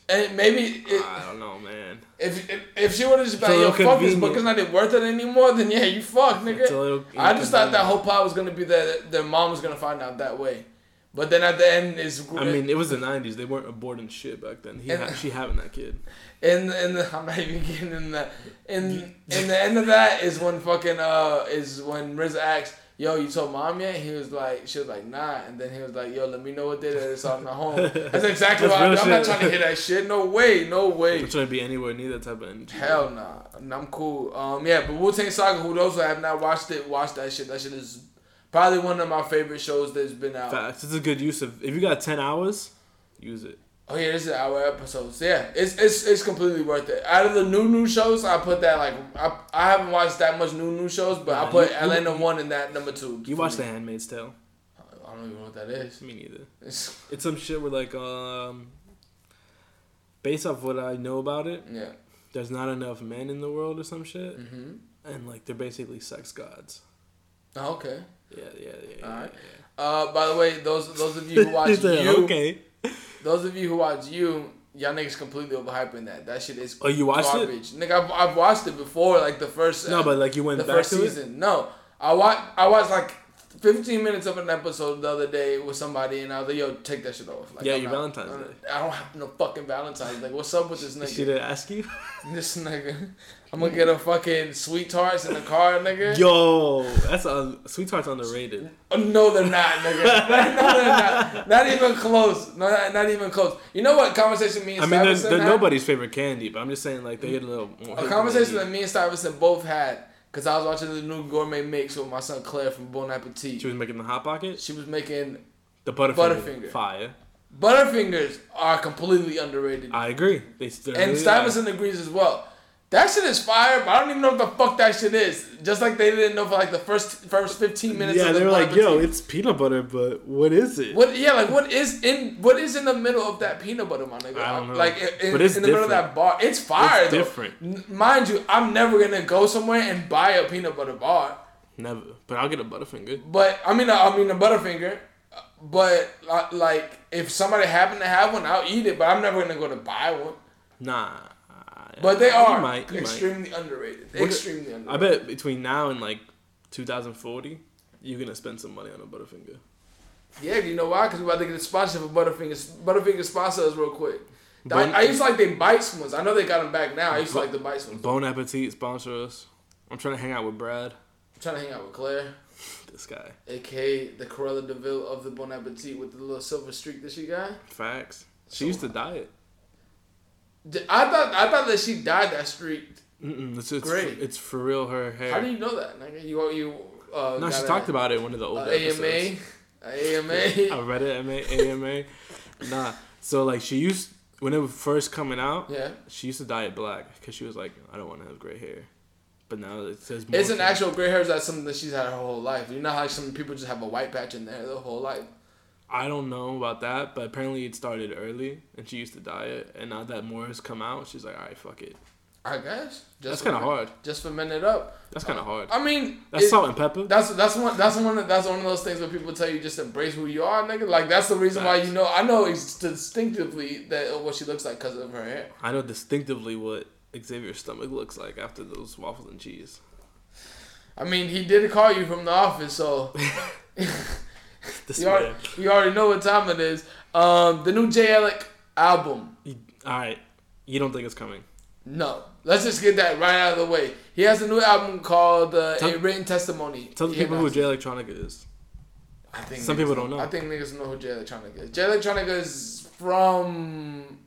and maybe it, I don't know, man. if, if if she would have just been So like, yo, fuck this inconvenient. book, it's not even worth it anymore. Then yeah, you fuck, nigga. It's a little I just thought that inconvenient. whole plot was gonna be that their mom was gonna find out that way, but then at the end is I mean, it was the '90s. They weren't aborting shit back then. He And- ha- she having that kid. In the, (laughs) in the, I'm not even getting in the in in the end of that is when fucking uh is when Riz asked, "Yo, you told mom yet?" He was like, "She was like, nah," and then he was like, "Yo, let me know what day that it's on my (laughs) home." That's exactly what That's I real did. I'm not shit. trying to hear that shit. No way, no way. I'm trying to be anywhere near that type of energy. Hell nah, And I'm cool. Um, yeah, but Wu Tang Saga, who those who have not watched it, watch that shit. That shit is probably one of my favorite shows that's been out. Facts. It's a good use of. If you got ten hours, use it. Oh yeah, this is our episode. So yeah, it's it's it's completely worth it. Out of the new new shows, I put that like I, I haven't watched that much new new shows, but I Nah, put you- you- Atlanta one and that number two. You for watch The me. Handmaid's Tale. I don't even know what that is. Me neither. It's, It's some shit where like um. Based off what I know about it, yeah. there's not enough men in the world or some shit, Mm-hmm. and like they're basically sex gods. Oh, okay. Yeah, yeah, yeah. yeah, Alright. yeah. Uh, by the way, those those of (laughs) you who watch Said, you, Okay. those of you who watch you, y'all niggas completely overhyping that. That shit is Oh, you watched it? garbage. Nigga, I've, I've watched it before, like the first. No, but like you went the back first to it. season. No, I watched I watched like 15 minutes of an episode the other day with somebody, and I was like, "Yo, take that shit off." Like, Yeah, I'm your not- Valentine's I'm- Day. I don't have no fucking Valentine's. Like, what's up with this She nigga? didn't (laughs) ask (laughs) you. This nigga, (laughs) I'm gonna get a fucking sweet tarts in the car, nigga. Yo, that's a sweetheart's underrated. Oh, No, they're not, (laughs) nigga. no, they're not. Not even close. No, not, not even close. You know what conversation me and I mean, they're, Stuyvesant they're had? nobody's favorite candy, but I'm just saying like they get a little more. A conversation that me and Stuyvesant both had, cause I was watching the new gourmet mix with my son Claire from Bon Appetit. She was making the hot pocket, she was making the butterfinger, Butterfinger. fire. Butterfingers are completely underrated. I agree. They they're and really- Stuyvesant agrees as well. That shit is fire, but I don't even know what the fuck that shit is. Just like they didn't know for like the first first fifteen minutes. Yeah, of the they were like, property. "Yo, it's peanut butter, but what is it?" what? Yeah, like what is in what is in the middle of that peanut butter, my nigga? I don't know. Like in, But it's in the middle of different. that bar, it's fire. It's though. different. N- mind you. I'm never gonna go somewhere and buy a peanut butter bar, Never, but I'll get a butterfinger. but I mean, I mean a Butterfinger. But li- like, if somebody happened to have one, I'll eat it. But I'm never gonna go to buy one. Nah, But they You are might, you might. extremely underrated. What- extremely underrated. I bet between now and like 2040, you're gonna spend some money on a butterfinger. Yeah, you know why? Because we're about to get a sponsor for Butterfinger. Butterfinger sponsor us real quick. I, But- I used to like they bites ones. I know they got them back now. I used to like the bites ones. Bon Appetit sponsor us. I'm trying to hang out with Brad, I'm trying to hang out with Claire, this guy. aka the Corella Deville of the Bon Appetit with the little silver streak that she got. Facts. She used to diet. D- I thought I thought that she dyed that streak. Mm-mm, it's, it's, Great. For, it's for real her hair. How do you know that? Nigga? You you uh, no, got she a- talked about it in one of the a older AMA, episodes. a I AMA. read it, AMA, (laughs) AMA. nah. So, like, she used, when it was first coming out, Yeah, she used to dye it black because she was like, I don't want to have gray hair. But now it says more. it's an to- actual gray hair. Is that something that she's had her whole life? You know how some people just have a white patch in there their whole life. I don't know about that, but apparently it started early and she used to dye it. And now that more has come out, she's like, all right, fuck it. I guess. Just That's kind of for- hard. Just for it up. That's kind of hard. I mean, That's it- salt and pepper. That's that's one that's one of, that's one of those things where people tell you just embrace who you are, nigga. Like that's the reason why you know I know it's distinctively that what she looks like because of her hair. I know distinctively what Xavier's stomach looks like after those waffles and cheese. I mean, he did call you from the office, (laughs) so (laughs) This you already, man. you already know what time it is. Um, the new Jay Alec album. You- all right, you don't think it's coming? No, let's just get that right out of the way. He has a new album called uh, Tell- A Written Testimony. Tell the He people who announced- Jay Electronica is. I think Some niggas people don't know. I think niggas know who Jay Electronica is. Jay Electronica is from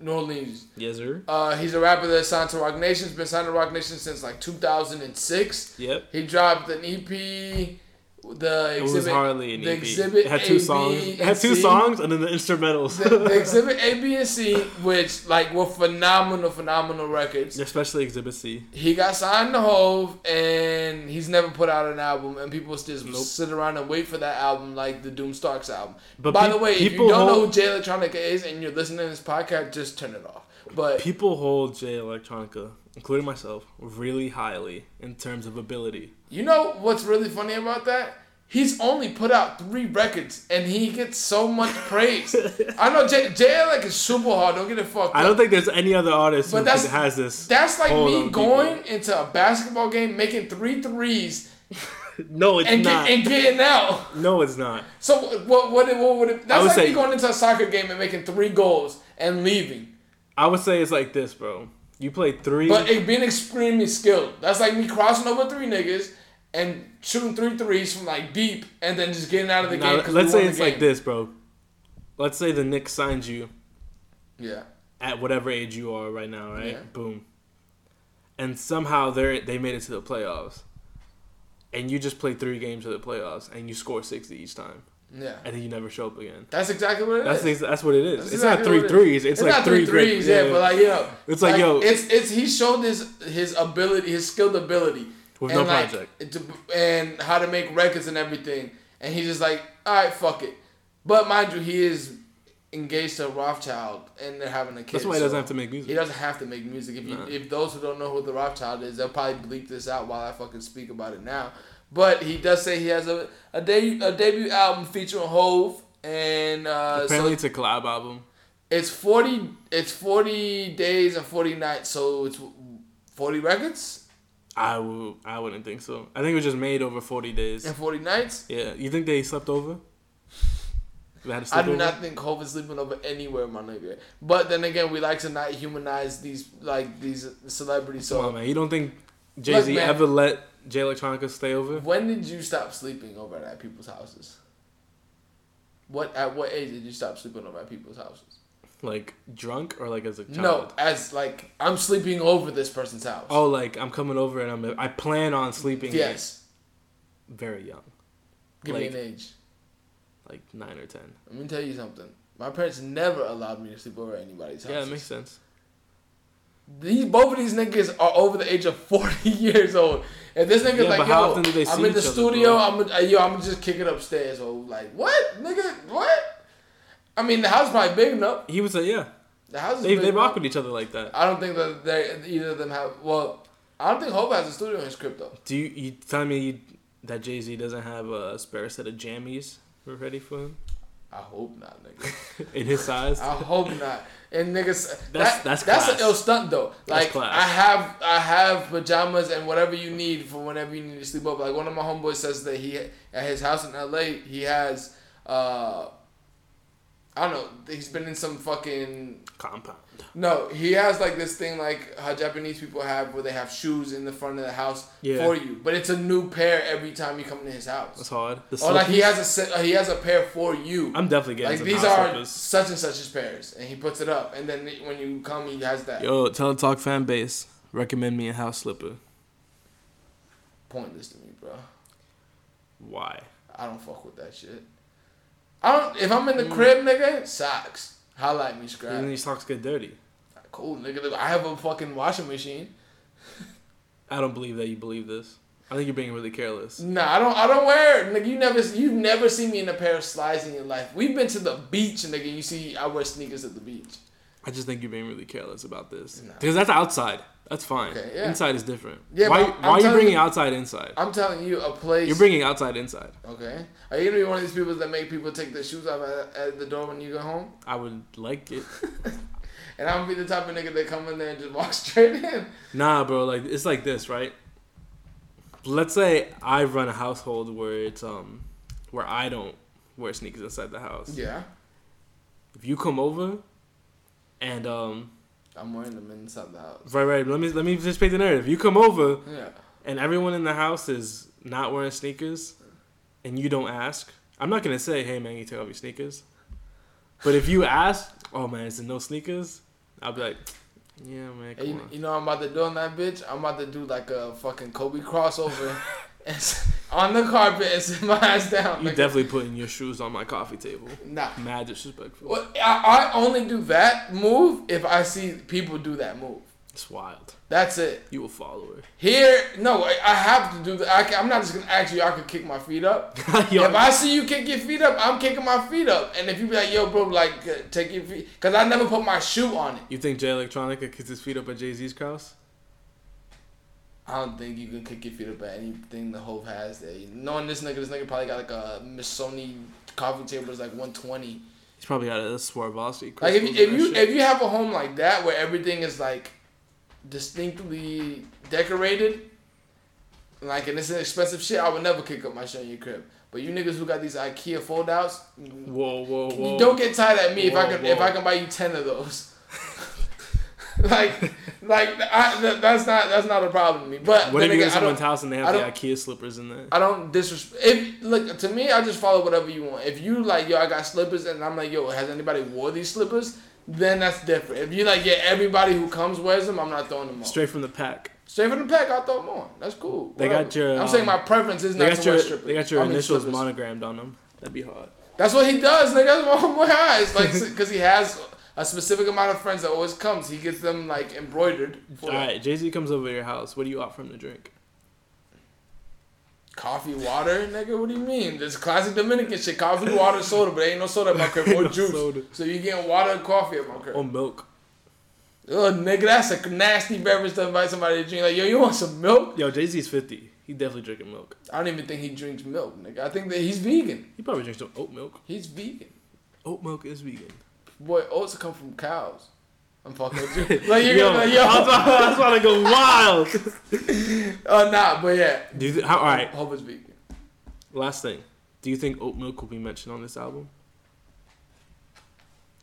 New Orleans. Yes, sir. Uh, he's a rapper that's signed to Rock Nation's been signed to Rock Nation since like 2006. Yep. He dropped an EP. The exhibit, It was hardly an the EP. exhibit it had A, two B, songs. It and had two C. songs and then the instrumentals. (laughs) The, the exhibit A, B, and C, which like were phenomenal, phenomenal records. Especially Exhibit C. He got signed to Hove, and he's never put out an album, and people still sit around and wait for that album, like the Doom Starks album. But By pe- the way, if you people don't know who hold- Jay Electronica is, and you're listening to this podcast, just turn it off. But (laughs) People hold Jay Electronica, including myself, really highly in terms of ability. You know what's really funny about that? He's only put out three records and he gets so much (laughs) praise. I know J- JL like is super hard. Don't get it fucked. I up. don't think there's any other artist But who that's- has this. That's like hold me on, people. going into a basketball game, making three threes, No, it's and, not. get, and getting out. no, it's not. So what? What, what, what would it? That's would like me say- going into a soccer game and making three goals and leaving. I would say it's like this, bro. You play three. But it being extremely skilled. That's like me crossing over three niggas and shooting three threes from like deep, and then just getting out of the Now, game. 'cause we let's won say the it's like game. this, bro. Let's say the Knicks signs you Yeah. at whatever age you are right now, right? Yeah. Boom. And somehow they they made it to the playoffs, and you just play three games of the playoffs, and you score sixty each time, Yeah. and then you never show up again. That's exactly what it That's is. ex- that's what it is. That's it's exactly not three what it is. threes. It's, like not three great- threes, yeah, but like yo, It's like, yo. it's it's he showed his his ability, his skilled ability With and no like, project. it to- and how to make records and everything, and he's just like, all right, fuck it. But mind you, he is engaged to Rothschild, and they're having a kid. that's why he doesn't so have to make He music. doesn't have to make music. If you, Nah. if those who don't know who the Rothschild is, they'll probably bleep this out while I fucking speak about it now. But he does say he has a a, de- a debut album featuring Hove and uh, so- Apparently, it's a collab album. it's forty. It's forty days and forty nights. So it's forty records I would I wouldn't think so. I think it was just made over forty days. and forty nights. Yeah, you think they slept over? They had I to sleep do over? not think Hope is sleeping over anywhere, my nigga. But then again, we like to not humanize these like these celebrities. Come on, So man. You don't think Jay Z man. ever let Jay Electronica stay over? when did you stop sleeping over at people's houses? What at what age did you stop sleeping over at people's houses? Like drunk or like as a child? No, as like I'm sleeping over this person's house. Oh, like I'm coming over and I'm I plan on sleeping. here. yes. Very young, Give Like- me an age. like nine or ten. Let me tell you something. My parents never allowed me to sleep over at anybody's house. Yeah, it makes sense. These both of these niggas are over the age of forty (laughs) years old, and this nigga's Yeah, like, but how yo, often do they I'm see in the each other, studio, bro? I'm uh, yo, I'm just kicking upstairs, or like, what, nigga, what? I mean, the house is probably big enough. He would say, yeah. The house is They big they enough. rock with each other like that. I don't think that they either of them have. Well, I don't think Hope has a studio in his crypto. Do you you tell me you, that Jay Z doesn't have a spare set of jammies ready for him (laughs) I hope not, nigga. in his size? I hope not. And niggas, that, That's- that's that's that's an class. ill stunt though. That's Like class. I have I have pajamas and whatever you need for whenever you need to sleep over. Like one of my homeboys says that he at his house in L.A. he has uh I don't know he's been in some fucking Compound. no he has like this thing like how Japanese people have where they have shoes in the front of the house Yeah. for you, but it's a new pair every time you come to his house. That's hard. The Or like he slippies? has a set, he has a pair for you I'm definitely getting like some these house are slippers. such and such as pairs, and he puts it up, and then when you come, he has that Yo, Teletalk fan base, recommend me a house slipper. pointless to me, bro. Why? I don't fuck with that shit. I don't. If I'm in the crib, nigga, socks. Holla at me, And then scrap. these socks get dirty. Cool, nigga. I have a fucking washing machine. I don't believe that you believe this. I think you're being really careless. Nah, I don't. I don't wear. It. Nigga, you never. You never see me in a pair of slides in your life. We've been to the beach, nigga. You see, I wear sneakers at the beach. I just think you're being really careless about this Nah. because that's outside. That's fine. Okay, yeah. Inside is different. Yeah, why? but I'm- I'm why are you telling bringing you- outside inside? I'm telling you, a place. You're bringing outside inside. okay. Are you gonna be one of these people that make people take their shoes off at, at the door when you go home? I would like (laughs) it. And I'm gonna be the type of nigga that come in there and just walk (laughs) straight in. nah, bro. Like it's like this, right? Let's say I run a household where it's um, where I don't wear sneakers inside the house. Yeah. If you come over, and um, I'm wearing them inside the house. Right, right. Let me let me just paint the narrative. You come over Yeah. and everyone in the house is not wearing sneakers, and you don't ask. I'm not gonna say, "Hey, man, you take off your sneakers," but if you ask, "Oh man, is it no sneakers?" I'll be like, yeah, Hey, man, come you, on. you know what I'm about to do on that bitch? I'm about to do like a fucking Kobe (laughs) crossover and s- on the carpet and sit my ass down. You nigga. definitely putting your shoes on my coffee table. nah. Mad disrespectful. Well, I, I only do that move if I see people do that move. It's wild. That's it. You a follower. (laughs) Here, no, I, I have to do that. I can, I'm not just gonna ask you. I could kick my feet up. Yo, If I see you kick your feet up, I'm kicking my feet up. And if you be like, yo, bro, like, uh, take your feet, cause I never put my shoe on it. you think Jay Electronica kicks his feet up at Jay Z's house? I don't think you can kick your feet up at anything the Hope has. There. Knowing this nigga, this nigga probably got like a Miss Sony coffee table that's like 120. He's probably out of this Swarovski. Like if crystals you, and if that you shit. if you have a home like that where everything is like distinctly decorated, like and it's an expensive shit, I would never kick up my shit in your crib. But you niggas who got these IKEA foldouts, you whoa, whoa, whoa. don't get tired at me if I Whoa, can if whoa. I can buy you ten of those. (laughs) like like I, th- that's not that's not a problem to me. But What then if you again, go to I someone's don't- house and they I have the don't- IKEA slippers in there? I don't disrespect. If look to me, I just follow whatever you want. If you like, yo, I got slippers, and I'm like, yo, has anybody wore these slippers? Then that's different. If you like, yeah, everybody who comes wears them, I'm not throwing them on. Straight, Straight from the pack. from the pack, I'll throw them on. That's cool. They got your, I'm um, saying my preference is They not got to your wear strippers. they got your I mean initials slippers. monogrammed on them. That'd be hard. That's what he does. Like that's what homeboy has. Like because he has a specific amount of friends that always comes. He gets them like embroidered. For All right, Jay Z comes over to your house. What do you offer him to drink? Coffee, water, nigga. What do you mean? This classic Dominican shit. Coffee, water, soda, but ain't no soda at my crib or No juice. soda. Oh. So you getting water and coffee at my crib. Or milk. Ugh, nigga, that's a nasty beverage to invite somebody to drink. Like, yo, you want some milk? Yo, Jay Z's fifty. He definitely drinking milk. I don't even think he drinks milk, nigga. I think that he's vegan. He probably drinks some oat milk. He's vegan. Oat milk is vegan. Boy, oats come from cows. I'm fucking with you. Like, you're gonna be like, I was, yo. about, I was about to go wild. Uh, nah, but yeah. (laughs) Do you th- how, all right, Hope it's vegan. last thing. Do you think oat milk will be mentioned on this album?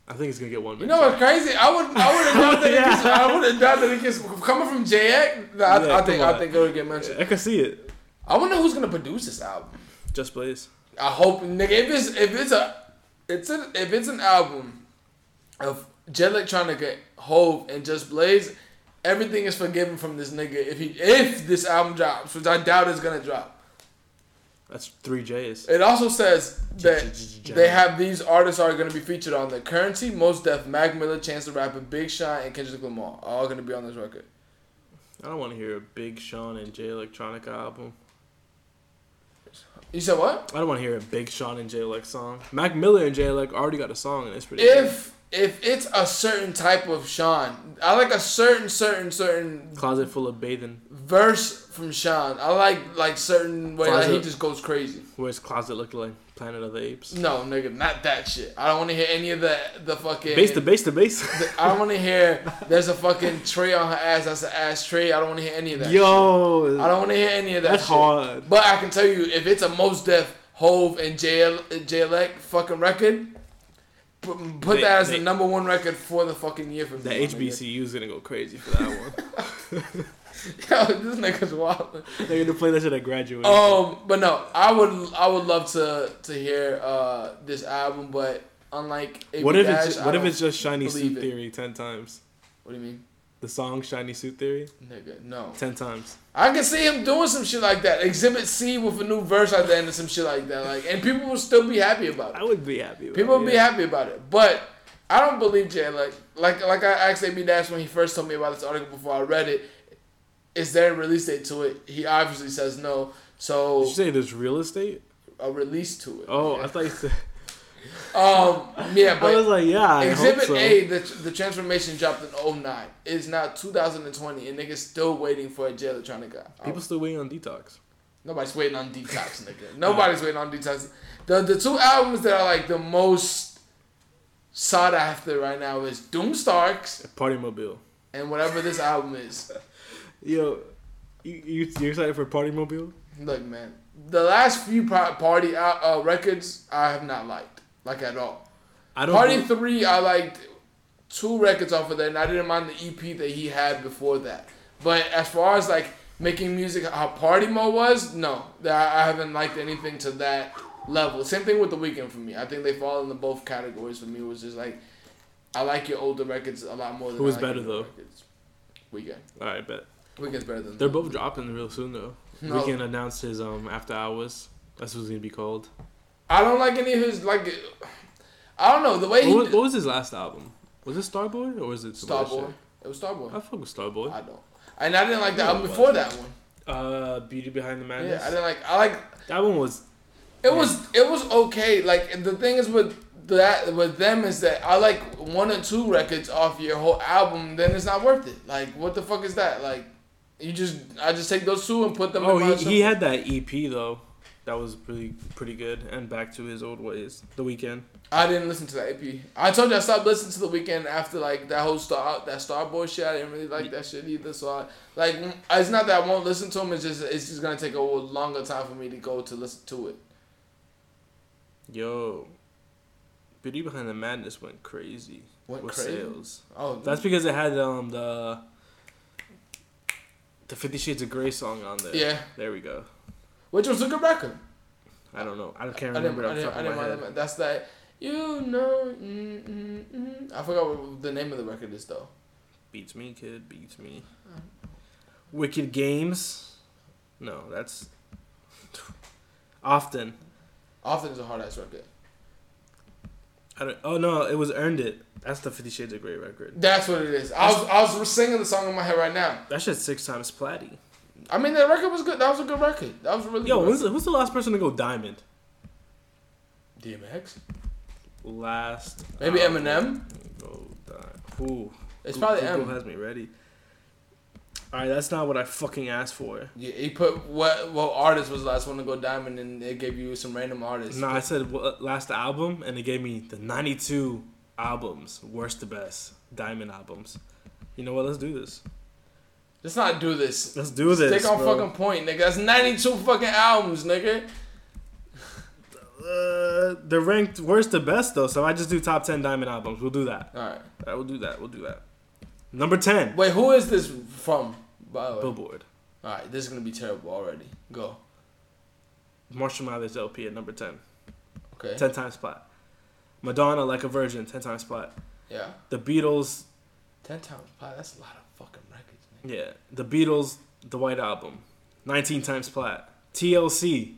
I think it's gonna get one. You Mention. know what's crazy? I would, I would have (laughs) doubt that. Yeah. it gets, I would have doubt that it gets coming from JX. Nah, I, Yeah, I think, come on. I think it'll get mentioned. I can see it. I wonder who's gonna produce this album. Just Blaze. I hope nigga if it's if it's a it's a, if it's an album of Jet Electronica, Hove, and Just Blaze, everything is forgiven from this nigga if he if this album drops, which I doubt is gonna drop. That's three J's. It also says that J-j-j-j-j. they have these artists are gonna be featured on the currency, most def, Mac Miller, Chance the Rapper, Big Sean, and Kendrick Lamar are all gonna be on this record. I don't want to hear a Big Sean and Jay Electronica album. You said what? I don't want to hear a Big Sean and Jay Lex song. Mac Miller and Jay Lex already got a song, and it's pretty. good. If if it's a certain type of Sean, I like a certain certain certain closet full of bathing, verse from Sean. I like like certain way like, he Closet. just goes crazy. where's closet looked like Planet of the Apes. No, nigga, not that shit. I don't want to hear any of the the fucking. Base to base to base. I don't want to hear. There's a fucking tray on her ass. That's an ass tray. I don't want to hear (laughs) any of that. Yo, shit. I don't want to hear any of that. That's shit. hard. But I can tell you, if it's a most def Hove and JL JLEC fucking record, put, put They- that as they- the number one record for the fucking year for me. the my nigga. HBCU's gonna go crazy for that one. (laughs) Yo, this nigga's wild. They're gonna play that shit at graduation. Um, but no, I would I would love to to hear uh this album, but unlike AB what if Dash, it's I just, what if don't- it's just Shiny believe Suit it. Theory ten times? what do you mean, The song Shiny Suit Theory nigga? No, ten times. I can see him doing some shit like that. Exhibit C with a new verse at the end of some shit like that, like, and people will still be happy about I it. would be happy. About People it, will be yeah. happy about it, but I don't believe Jay. Like like like I asked AB Dash when he first told me about this article before I read it. Is there a release date to it? He obviously says no. Did So you say there's real estate? a release to it. Oh, I thought you said. um, yeah, but I was like, yeah. I Exhibit hope so. A, the, the transformation dropped in 09. It's now 2020, and niggas still waiting for a Jay Electronica. People People, still waiting on detox. nobody's waiting on (laughs) Detox, nigga. Nobody's waiting on Detox. The the two albums that are like the most sought after right now is Doomstarks Party mobile. and whatever this album is. Yo, you, you you excited for Party Mobile? Look, man, the last few par- party uh, uh, records I have not liked, like at all. I don't. Party believe- three, I liked two records off of that, and I didn't mind the EP that he had before that. But as far as like making music, how Party Mo was, no, that I haven't liked anything to that level. Same thing with The Weeknd for me. I think they fall into both categories for me. It was just like I like your older records a lot more than Who was I like your better, newer though? Records. Weekend. All right, bet. Weekend's better than They're both dropping real soon though. No. Weekend announced his um after hours. That's what's gonna be called. I don't like any of his like. I don't know the way he What was, did- what was his last album? Was it Starboy or was it some other Starboy. shit? It was Starboy. I fuck with Starboy. I don't. And I didn't like the album before that one. Uh, Beauty Behind the Madness. Yeah, I didn't like. I like. that one was It was. It was okay. Like the thing is with that with them is that I like one or two records off your whole album. Then it's not worth it. Like what the fuck is that? Like you just I just take those two and put them. Oh, in my he, he had that EP though. That was pretty pretty good and back to his old ways. The weekend. I didn't listen to that EP. I told you I stopped listening to the weekend after like that whole star that Starboy shit. I didn't really like that shit either. So I like mm, it's not that I won't listen to him. It's just it's just gonna take a longer time for me to go to listen to it. Yo. Beauty Behind the Madness went crazy. Went with crazy? sales. Oh, That's because it had um the the Fifty Shades of Grey song on there. yeah. There we go. Which was a good record. I don't know. I can't I didn't. remember. I off the didn't, top I of didn't my mind head. that. That's that. You know. Mm, mm, mm. I forgot what the name of the record is though. Beats me, kid. Beats me. Uh-huh. Wicked Games. No, that's often. Often is a hard ass record. I don't. Oh no, it was earned it. That's the Fifty Shades of Grey record. That's what it is. I was I was singing the song in my head right now. That shit's six times platty. I mean that record was good. That was a good record. That was a really. Yo, good when's the, who's the last person to go diamond? record. DMX? Last. Maybe um, Eminem. Go diamond. Who? It's probably Google M. has me ready. All right, that's not what I fucking asked for. Yeah, he put what what artist was the last one to go diamond, and they gave you some random artists. No, I said wha- last album, and it gave me the '92 albums, worst to best, diamond albums. You know what? Let's do this. Let's not do this. Let's do this. Stick on bro. fucking point, nigga. That's ninety two fucking albums, nigga. Uh, they're ranked worst to best though, so I just do top ten diamond albums. We'll do that. All right. I will do that. We'll do that. Number ten, Wait, who is this from? By the way. All Billboard. right, this is gonna be terrible already. Go. Marshall Mathers LP at number ten. Okay. Ten times spot. Madonna, Like a Virgin, ten times spot. Yeah. The Beatles, Ten times five. That's a lot of fucking records, nigga. yeah. The Beatles, The White Album, nineteen times plat. TLC,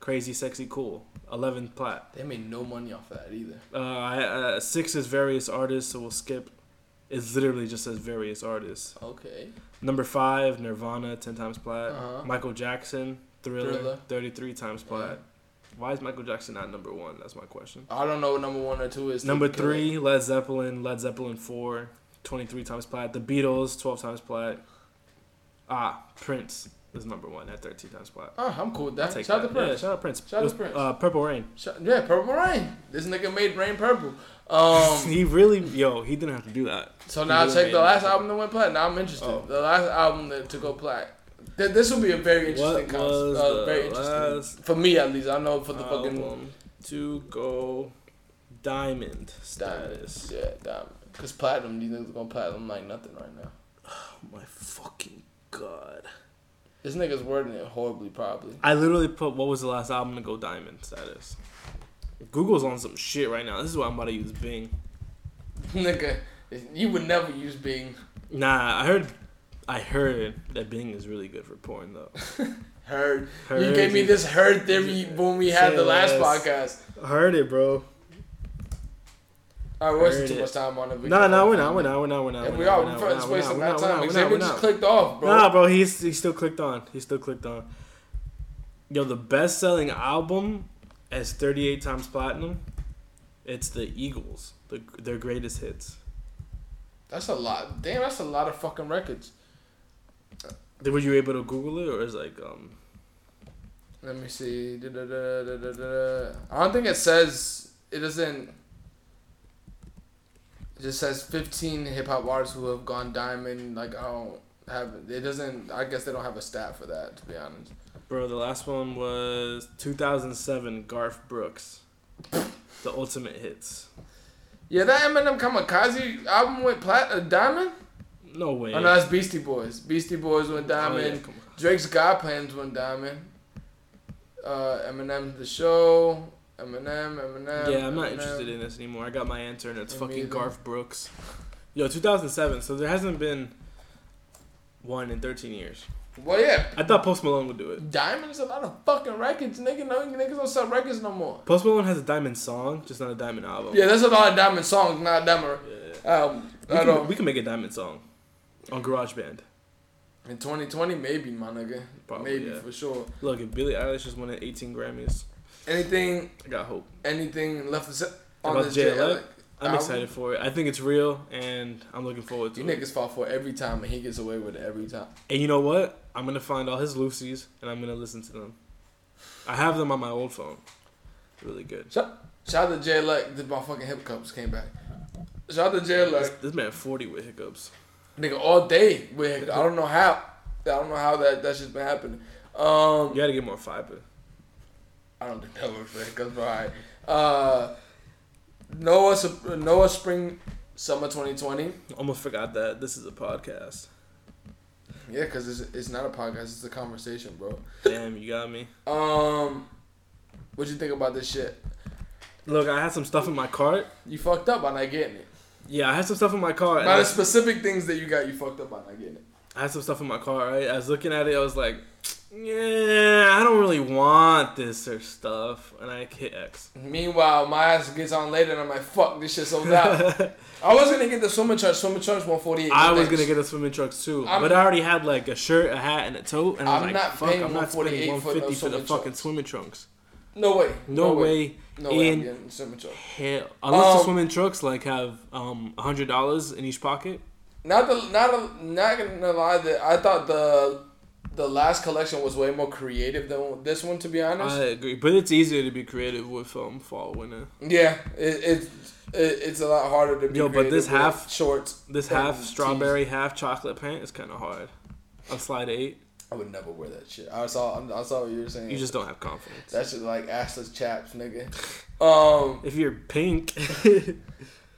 Crazy Sexy Cool, eleven plat. They made no money off of that either. Uh, I, uh, six is various artists, so we'll skip. It literally just says various artists. Okay. Number five, Nirvana, ten times plat. Uh-huh. Michael Jackson, Thriller, Thriller. thirty-three times plat. Yeah. Why is Michael Jackson not number one? That's my question. I don't know what number one or two is. Number Take a look. three, Led Zeppelin, Led Zeppelin 4, 23 times plat. The Beatles, 12 times plat. Ah, Prince is number one at 13 times plat. Oh, I'm cool with that. Take Shout out to that. Yeah, Prince. shout out Prince. Shout out It was, to Prince. Uh, Purple Rain. Shout- yeah, Purple Rain. This nigga made Rain Purple. Um. (laughs) he really, yo, he didn't have to do that. So now Blue check the Rain. last album that went plat. Now I'm interested. Oh. The last album that to go plat. Th- this will be a very interesting What was concept. Uh, the very interesting. last for me at least. I know for the fucking Album to go diamond status. diamonds. Yeah, diamond. Cause platinum, these niggas going platinum like nothing right now. Oh my fucking god. This nigga's wording it horribly, probably. (laughs) I literally put what was the last album to go diamond status. Google's on some shit right now. This is why I'm about to use Bing. Nigga, you would never use Bing. Nah, I heard, I heard that Bing is really good for porn though. Heard. You Heard gave me is- this herd theory when we had Say the last less. podcast. Heard it, bro. I wasted Heard too it. much time on it. Nah, nah, we're not, we're not, we're not, we're not. If we're we not, are, we're we're not, fucking we're wasting not, that we're not, time. we're not, Xavier we're just not. clicked off, bro. Nah, bro, he's he still clicked on. He still clicked on. Yo, the best selling album as 38 times platinum. It's the Eagles, the, their greatest hits. That's a lot. Damn, that's a lot of fucking records. Were you able to Google it or is like um? Let me see. Da, da, da, da, da, da. I don't think it says. It doesn't. It just says 15 hip hop artists who have gone diamond. Like, I don't have. It doesn't. I guess they don't have a stat for that, to be honest. Bro, the last one was 2007 Garth Brooks. The ultimate hits. Yeah, that Eminem Kamikaze album went plat. Uh, diamond? No way. Oh, no, that's Beastie Boys. Beastie Boys went Oh, yeah, diamond. come on. Drake's God Plans went diamond. Uh, Eminem The Show. Eminem, Eminem. Yeah, I'm not Eminem. interested in this anymore. I got my answer, and it's Me fucking neither. Garth Brooks. Yo, 2007. So there hasn't been one in 13 years. Well, yeah, I thought Post Malone would do it. Diamonds a lot of fucking records, nigga. No, niggas don't sell records no more. Post Malone has a diamond song, just not a diamond album. Yeah, there's a lot of diamond songs, not diamond. Um, we at all. can, we can make a diamond song on GarageBand. In 2020, maybe my nigga, Probably, maybe yeah. for sure. Look, if Billie Eilish just won 18 Grammys, Anything, I got hope. anything left to say About on this JLo? JLo? I'm Album? excited for it. I think it's real, and I'm looking forward to You it. niggas fall for it every time, and he gets away with it every time. And you know what? I'm gonna find all his Lucy's and I'm gonna listen to them. I have them on my old phone. Really good. Shout, shout out to Jay Luck. Did my fucking hip cups came back. Shout out to Jay This, Luck. this man 40 with hiccups. Nigga, all day. With hiccups. I don't know how. I don't know how that that shit's been happening. Um, You gotta get more fiber. I don't think that works for hiccups. But all right. Uh, Noah, Sup- Noah, spring, summer, 2020. Almost forgot that this is a podcast. Yeah, cause it's it's not a podcast. It's a conversation, bro. Damn, you got me. Um, what you think about this shit? Look, I had some stuff in my cart. You fucked up by not getting it. Yeah, I had some stuff in my cart. and By I- the specific things that you got, you fucked up by not getting it. I had some stuff in my car, right? I was looking at it, I was like, yeah, I don't really want this or stuff. And I hit X. Meanwhile, my ass gets on later, and I'm like, "Fuck, this shit sold (laughs) out." I was gonna get the swimming trunks. Swimming trunks, one forty eight. I was gonna get a swimming trunks too, I'm- but I already had like a shirt, a hat, and a tote, and I was I'm like, not "Fuck, paying I'm not spending 148 for no 150 for the swimming fucking trunks. swimming trunks. No way. No, way, No way. I'm in- getting swimming trunks. hell. Unless the Um, swimming trunks like have um hundred dollars in each pocket. Not the not a, not gonna lie that I thought the the last collection was way more creative than this one. To be honest, I agree, but it's easier to be creative with um fall winter. yeah, it, it's it, it's a lot harder to be. Yo, but creative this with half- shorts, This and half tees. strawberry, half chocolate pant is kind of hard. On slide eight, I would never wear that shit. I saw I saw what you were saying. you just don't have confidence. that shit like assless chaps, nigga. Um. If you're (laughs) pink,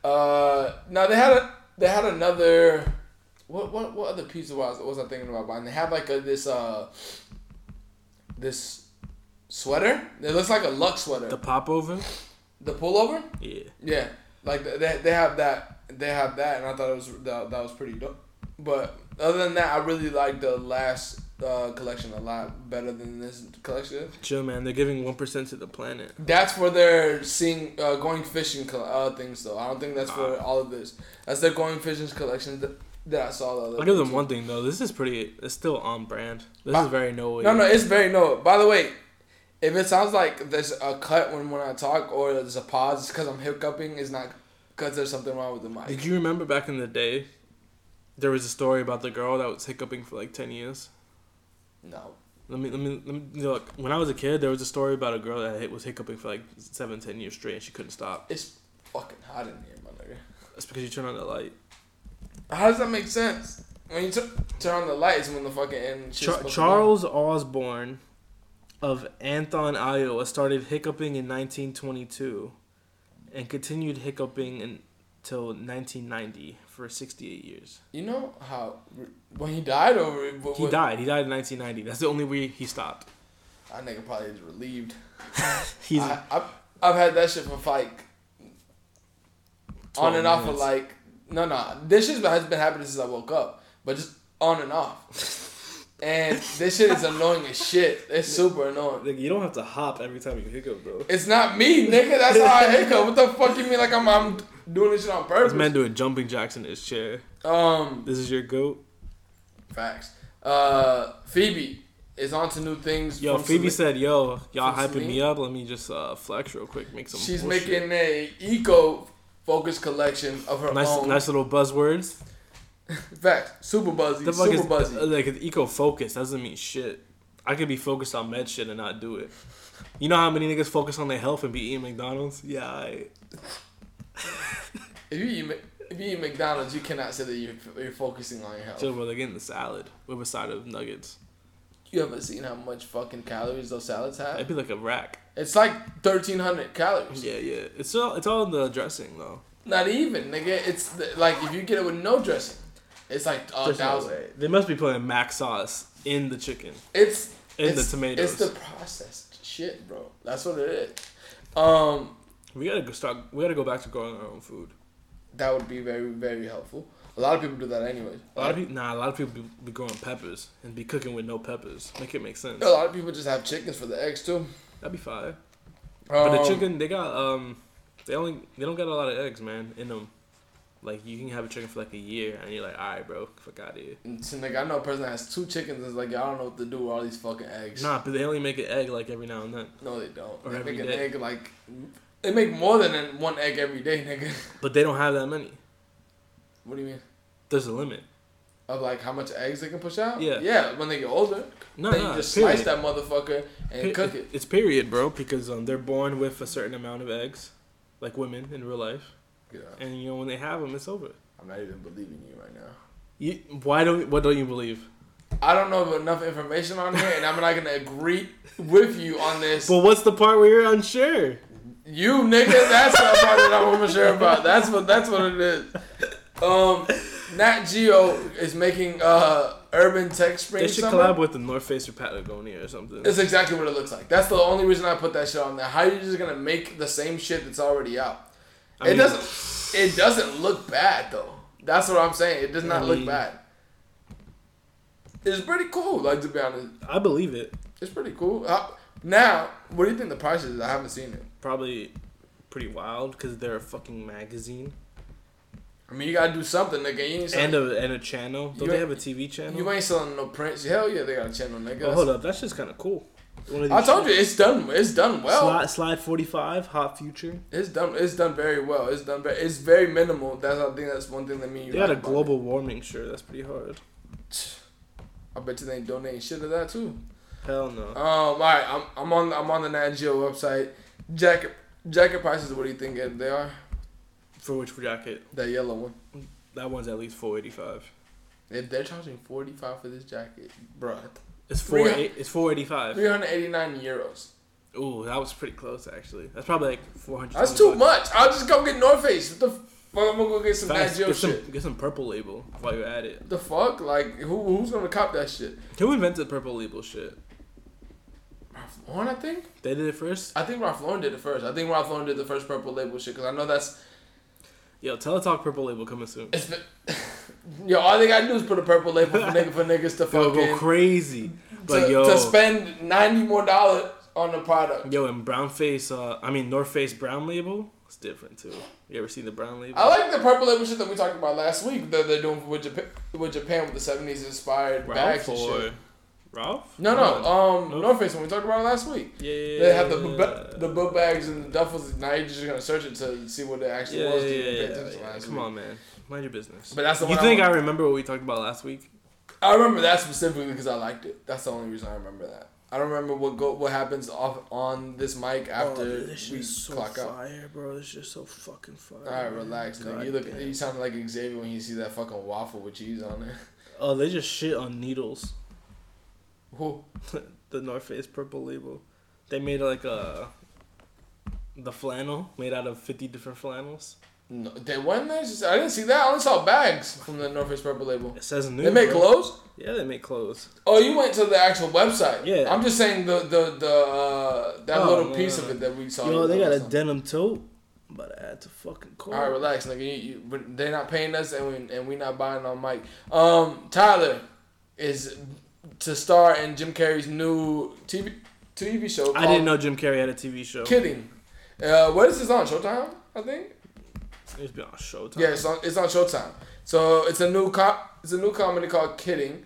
Uh, now they had a they had another what what what other pizza was was I thinking about buying? They had like a this uh this sweater. It looks like a Lux sweater. the The, popover, pullover. yeah. Yeah, like th- they they have that they have that, and I thought it was that, that was pretty dope. But other than that, I really like the last uh, collection a lot better than this collection. Chill, man. They're giving one percent to the planet. That's for their seeing uh, going fishing col- uh, things though. I don't think that's for all of this. That's their going fishing collection that, that I saw. The other I'll give day, them too. one thing though. This is pretty. It's still on brand. This Ah. is very no way. No, no, it's very no. By the way, if it sounds like there's a cut when when I talk or there's a pause, it's because I'm hiccuping. It's not because there's something wrong with the mic. Did you remember back in the day? There was a story about the girl that was hiccuping for like ten years. No. Let me, let me, let me look. When I was a kid, there was a story about a girl that hit, was hiccuping for like seven, ten years straight, and she couldn't stop. It's fucking hot in here, my nigga. That's because you turn on the light. How does that make sense? When you tu- turn on the lights when the fucking end. shit's Char- supposed to Charles Osborne of Anthon, Iowa, started hiccuping in 1922, and continued hiccuping until 1990 for 68 years. be- You know how when he died or what, He died. He died in 1990. That's the only way he stopped. That nigga probably is relieved. He's I, I've, I've had that shit for like on 12 and off for minutes. like no no this shit has been happening since I woke up but just on and off (laughs) and this shit is annoying as shit it's super annoying Nigga, you don't have to hop every time you hiccup, bro. it's not me nigga that's how I hiccup what the fuck you mean like I'm, I'm doing this shit on This man purpose doing jumping jacks in his chair. um This is your goat. facts uh Phoebe is on to new things Yo, from Phoebe Celine. said, "Yo, y'all from hyping me Celine? up. Let me just uh, flex real quick, make some." she's bullshit." making a eco focused collection of her nice, own nice little buzzwords. facts super buzzy The fuck super is buzzy uh, like eco focus doesn't mean shit. I could be focused on med shit and not do it. You know how many niggas focus on their health and be eating McDonald's? Yeah, I, If you eat, Mc- if you eat McDonald's, you cannot say that you're, you're focusing on your health. chill, bro. They're getting the salad with a side of nuggets. You haven't seen how much fucking calories those salads It'd have. be like a rack. It's like thirteen hundred calories. Yeah, yeah. It's all it's all in the dressing though. Not even, nigga. It's th- like if you get it with no dressing, it's like a There's no thousand. way. They must be putting mac sauce in the chicken. It's And the it's, tomatoes. It's the processed shit, bro. That's what it is. Um, We gotta go start. We gotta go back to growing our own food. that would be very very helpful. A lot of people do that anyway. A lot of people, nah, a lot of people be, be growing peppers and be cooking with no peppers. Make it make sense. A lot of people just have chickens for the eggs too. That'd be fire. Um, But the chicken, they got um, they only they don't got a lot of eggs, man, in them. Like you can have a chicken for like a year, and you're like, all right, bro, fuck out of here. So, like, I know a person that has two chickens and is like, "Yeah, I don't know what to do with all these fucking eggs. Nah, but they only make an egg like every now and then. No, they don't. Or they every make an day. egg like they make more than an- one egg every day, (laughs) nigga. But they don't have that many. What do you mean? There's a limit. Of like how much eggs they can push out? Yeah. Yeah, when they get older. No, then no, you just period. slice that motherfucker and Pe- cook it. It's period, bro, because um, they're born with a certain amount of eggs, like women in real life, Yeah. and you know when they have them, it's over. I'm not even believing you right now. You, why don't what don't you believe? I don't know enough information on here and I'm not gonna agree with you on this. But what's the part where you're unsure? You nigga, that's the part that I'm gonna share about. That's what that's what it is. Um, Nat Geo is making uh Urban Tech Spring. They should Summer. collab with the North Face or Patagonia or something. That's exactly what it looks like. That's the only reason I put that shit on there. How are you just gonna make the same shit that's already out? I it mean- doesn't. It doesn't look bad though. That's what I'm saying. It does not look mean- bad. It's pretty cool. Like to be honest, I believe it. it's pretty cool. Uh, now, what do you think the price is? I haven't seen it. Probably pretty wild because they're a fucking magazine I mean, you gotta do something, nigga. You ain't selling, and a and a channel. Don't You they ain't- have a TV channel? you ain't selling no prints. Hell yeah, they got a channel, nigga. oh, hold up, that's just kind of cool. One of I these- told you it's done. It's done well. slide slide forty five, hot future. It's done. It's done very well. It's done. Very, it's very minimal. That's I think that's one thing that me. and you They got a like about it. global warming shirt. That's pretty hard. I bet you they ain't donating shit to that too. Hell no. Um, all right, I'm I'm on I'm on the Nat Geo website. Jacket jacket prices. What do you think they are? For which jacket? That yellow one. That one's at least four eighty five. If they're charging forty five for this jacket, bruh, It's Three four hun- eight. It's four eighty five. three hundred eighty nine euros. Ooh, that was pretty close actually. That's probably like four hundred. That's too much. I'll just go get North Face. What the fuck? I'm gonna go get some Nat Facts. Geo Get some, shit. get some purple label while you're at it. The fuck? Like who who's gonna cop that shit? Who invented purple label shit? Ralph Lauren, I think. They did it first. I think Ralph Lauren did it first. I think Ralph Lauren did the first purple label shit because I know that's Yo, Teletalk purple label coming soon. It's been, yo, all they gotta do is put a purple label for, nigga, for niggas to (laughs) They'll fucking go crazy. But to, yo, to spend ninety more dollars on the product. Yo, and brown face, uh, I mean North Face brown label, it's different too. You ever seen the brown label? I like the purple label shit that we talked about last week that they're doing with Japan, with Japan with the seventies inspired bags and Ralph or shit. Ralph? No, no, um, Nope. North Face when we talked about it last week. yeah, yeah, They have the yeah, bu- the book bags and the duffels. Now you're just gonna search it to see what it actually yeah, yeah, was. yeah, to pay yeah, attention yeah. last Come week. on, man, mind your business. But that's the you one I think I, want. remember what we talked about last week? I remember that specifically because I liked it. That's the only reason I remember that. I don't remember what go what happens off on this mic Oh, after we clock up. fire, bro. This shit so fucking fire. All right, relax, nigga. You look, you sound like Xavier when you see that fucking waffle with cheese on it. (laughs) Oh, they just shit on needles. Who? the North Face purple label. They made like a the flannel made out of fifty different flannels. No, they went there. Just- I didn't see that. I only saw bags from the North Face Purple label. It says new. They make bro. clothes. Yeah, they make clothes. Oh, you went to the actual website. Yeah. I'm just saying the the the uh, that Oh, little no, piece no, of it that we saw. Yo, you they got a noticed on. denim tote. But I had to fucking call. All right, relax, nigga. You, you, but they're not paying us, and we and we not buying on mic. Um, Tyler is to star in Jim Carrey's new TV TV show. I didn't know Jim Carrey had a TV show. Kidding. Uh, what is this on Showtime? I think. It's been on Showtime. Yeah, it's on it's on Showtime. So it's a new cop. It's a new comedy called Kidding.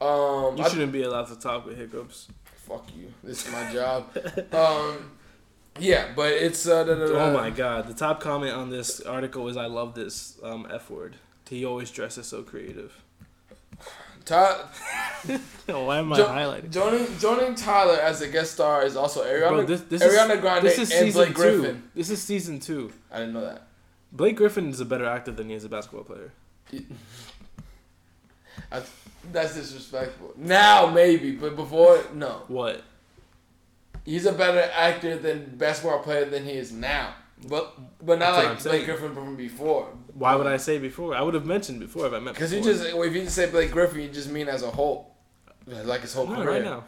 Um, you I- shouldn't be allowed to talk with hiccups. (laughs) fuck you. This is my job. um, yeah, but it's uh, da, da, da. Oh my god! The top comment on this article is, "I love this um, f word." He always dresses so creative. Ty- (laughs) Why am Jo- joining joining Tyler as a guest star is also Ariana Bro, this, this Ariana is, Grande this is and season Blake two. Griffin. This is season two. I didn't know that. Blake Griffin is a better actor than he is a basketball player. That's, that's disrespectful. Now maybe, but before no. What? He's a better actor than basketball player than he is now. But but not That's what I'm like Blake saying. Griffin from before. Why would I say before? I would have mentioned before if I meant. Because Because you just if you just say Blake Griffin, you just mean as a whole, like his whole not career. right now.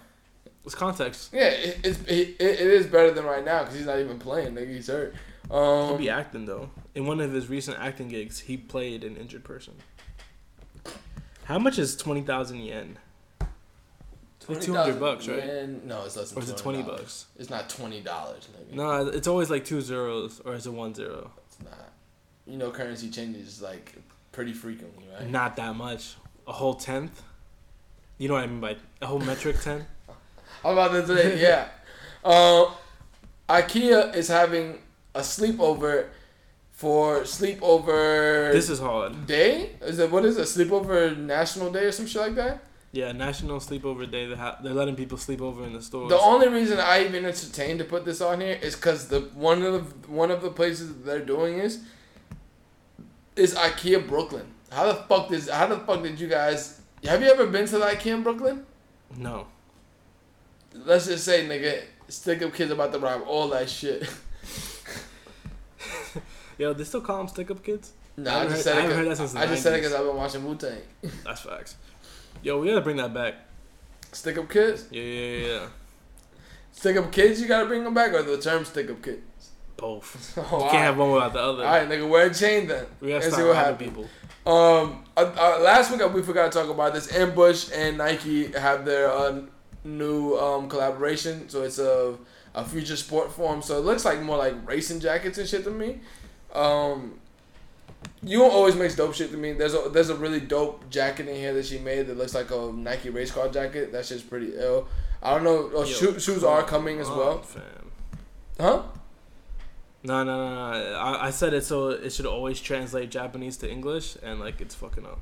It's context. Yeah, it, it's it, it is better than right now because he's not even playing. Nigga, he's hurt. He'll Um, be acting though. In one of his recent acting gigs, he played an injured person. How much is twenty thousand yen? Like 200 $20,000 bucks, right? yen- no, it's less than. Or is it 20 $200. bucks? It's not twenty dollars, nigga. No, it's always like two zeros or is it one zero? it's not. You know, currency changes like pretty frequently, right? Not that much. A whole tenth. You know what I mean by a whole metric (laughs) ten. I'm about to say, (laughs) yeah. Uh, IKEA is having a sleepover for sleepover This is hard. day. Is it what is it? Sleepover National Day or some shit like that. Yeah, National Sleepover Day. They ha- they're letting people sleep over in the stores. The only reason I even entertained to put this on here is because the one of the one of the places that they're doing is is IKEA Brooklyn. How the fuck does how the fuck did you guys have you ever been to the IKEA in Brooklyn? no. Let's just say nigga, stick up kids about to rob all that shit. (laughs) Yo, they still call them stick up kids? No, I, haven't just said heard- I it. haven't 'cause- heard that since the I just said it 90s. because I've been watching Wu Tang. That's facts. Yo, we gotta bring that back. Stick up kids, Yeah, yeah, yeah, yeah. stick up kids. You gotta bring them back, or the term stick up kids. (laughs) Both. Oh, You all can't right. have one without the other. all right, nigga, wear a chain then. We gotta and stop see what happens. robbing people. Um, uh, uh, last week uh, we forgot to talk about this. Ambush and Nike have their uh, new um, collaboration, so it's a a future sport form. So it looks like more like racing jackets and shit to me. Um, you always makes dope shit to me. There's a there's a really dope jacket in here that she made that looks like a Nike race car jacket. That shit's pretty ill. I don't know. Oh, Yo, Uh, shoe, shoes are coming as come on, well, Fam. huh? No, no, no, no. I, I said it so it should always translate Japanese to English, and like it's fucking up.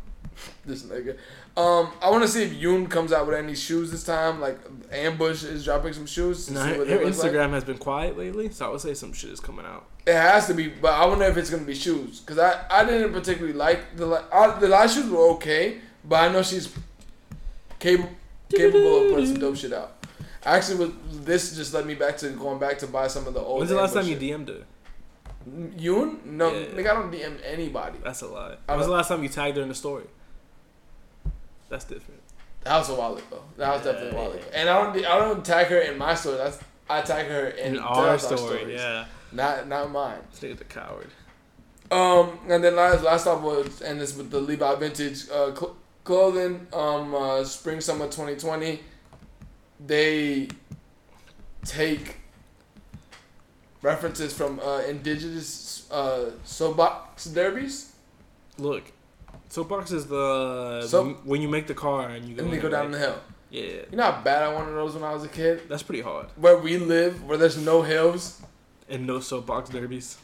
This nigga. Um, I want to see if Yoon comes out with any shoes this time. Like Ambush is dropping some shoes. To No, see her what they her look like. Instagram has been quiet lately, so I would say some shit is coming out. It has to be, but I wonder if it's gonna be shoes. Cause I, I didn't particularly like the la- I, the last shoes were okay, but I know she's capable capable of putting some dope shit out. Actually, with this just led me back to going back to buy some of the old. When's the last time Ambush you Oh, shit. DM'd her? Yoon? No, Yeah. nigga, I don't DM anybody. That's a lie. I When's the don't- last time you tagged her in a story? That's different. That was a while ago. That was Yeah, definitely a while yeah. ago. And I don't I don't tag her in my story. That's I tag her in, In their our story, stories. yeah. Not not mine. This nigga's a coward. Um, and then last last up was and this with the Levi vintage uh, cl- clothing. Um, uh, spring summer twenty twenty, they take references from uh, indigenous uh, soapbox derbies, Look, soapbox is the So- when- when you make the car and you go, and they in go it, down the right? hill. Yeah, You know how bad I wanted those when I was a kid. that's pretty hard. Where we live, where there's no hills And no soapbox derbies.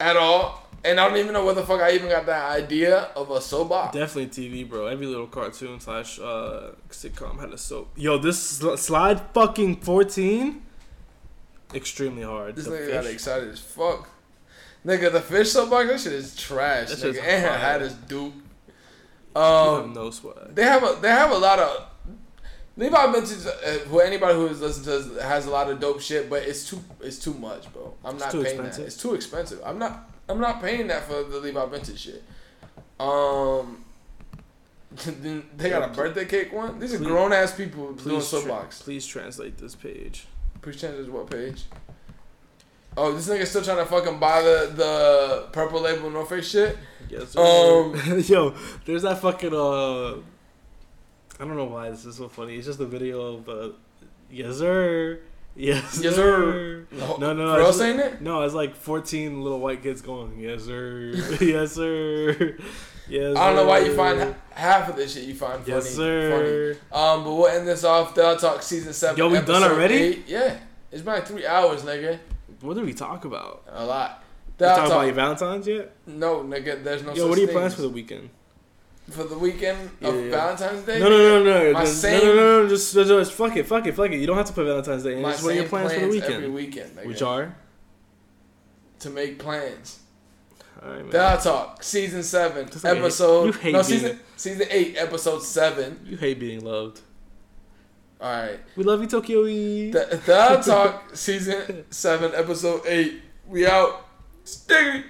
at all, and I don't even know where the fuck I even got that idea of a soapbox. Definitely TV, bro. Every little cartoon slash uh, sitcom had a soap. Yo, this sl- slide fucking fourteen, extremely hard. This The nigga got fish- excited as fuck. Nigga, the fish soapbox, that shit is trash. That nigga. shit's And her fire. hat is Duke. you Um, have no swag. they have a they have a lot of Levi Vintage. Uh, who anybody who is listening to this has a lot of dope shit, but it's too it's too much, bro. I'm It's not too paying expensive. that. It's too expensive. I'm not I'm not paying that for the Levi Vintage shit. Um, (laughs) then they got a birthday cake one. These are Please- grown ass people doing Please, tra- soapbox. please translate this page. Please change this what page? Oh, this nigga's still trying to fucking buy the, the purple label North Face shit. Yes. sir. Um, (laughs) yo, there's that fucking uh, I don't know why this is so funny. It's just a video of uh, yes sir, yes Yes, sir. sir. No, No, no, no. For it's- us ain't it? No, it's like 14 little white kids going, yes, sir. (laughs) yes, sir. Yes, I don't know why you sir. find h- half of this shit you find funny. Yes, sir. Funny. Um, but we'll end this off. They'll talk season seven. Yo, we done episode already? eight. Yeah, it's been like three hours, nigga. What did we talk about? A lot. We They'll talk about your talk. Valentine's yet? No, nigga. There's no. Yo, such what are your thing plans as- for the weekend? for the weekend Yeah, of yeah. Valentine's Day? No, no, no, no, no, My no, same- no, no, no, just, just, just fuck it, fuck it, fuck it. You don't have to put Valentine's Day. In. My Just what are your same plans, for the Every weekend? weekend, nigga. Which are? to make plans. All right, man. That Talk season seven That's okay. episode You hate no me. season season eight episode seven. you hate being loved. All right, We love you, Tokyo. E. the (laughs) That Talk season seven episode eight. We out. Stingy.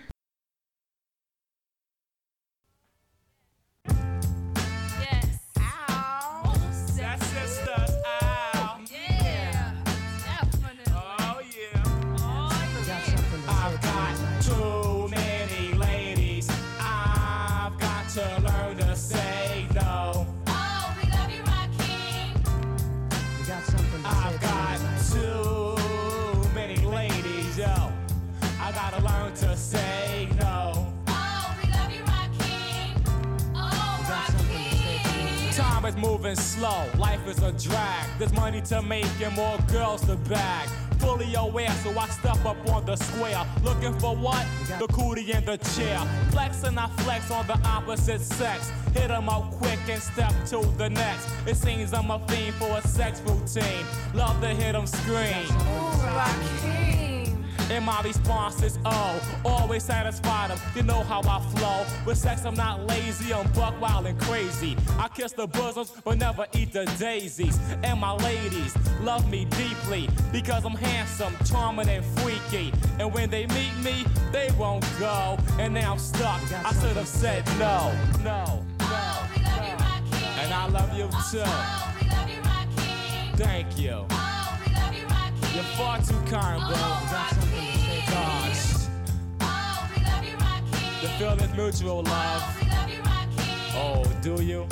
Yes. Ow. Oh, That's just the ow. Yeah. Oh, too many ladies. I've got to learn to say no. Oh, we love you, Rakim. You got something to say I've to me got tonight? too many ladies, yo. I gotta learn to say no. Oh, we love you, Rakim. Oh, Rakim. Time is moving slow, life is a drag. There's money to make and more girls to bag. Fully aware, so I step up on the square. Looking for what? The cootie in the chair. Flex and I flex on the opposite sex. Hit 'em up quick and step to the next. It seems I'm a fiend for a sex routine. Love to hit 'em scream. Rakim. And my response is oh, always satisfied them. You know how I flow. With sex, I'm not lazy, I'm buck wild and crazy. I kiss the bosoms, but never eat the daisies. And my ladies love me deeply because I'm handsome, charming, and freaky. And when they meet me, they won't go. And now I'm stuck. I should have said no, no, Oh, we love you, no. Rakim. And I love you too. Oh, we love you, Rakim. Thank you. Oh, we love you, Rakim. You're far too kind, Oh, bro. Rakim. Gosh, Oh, we love you, Rakim. the feeling's mutual, love. Oh, we love you, Rakim. Oh, do you? Oh, Hmm.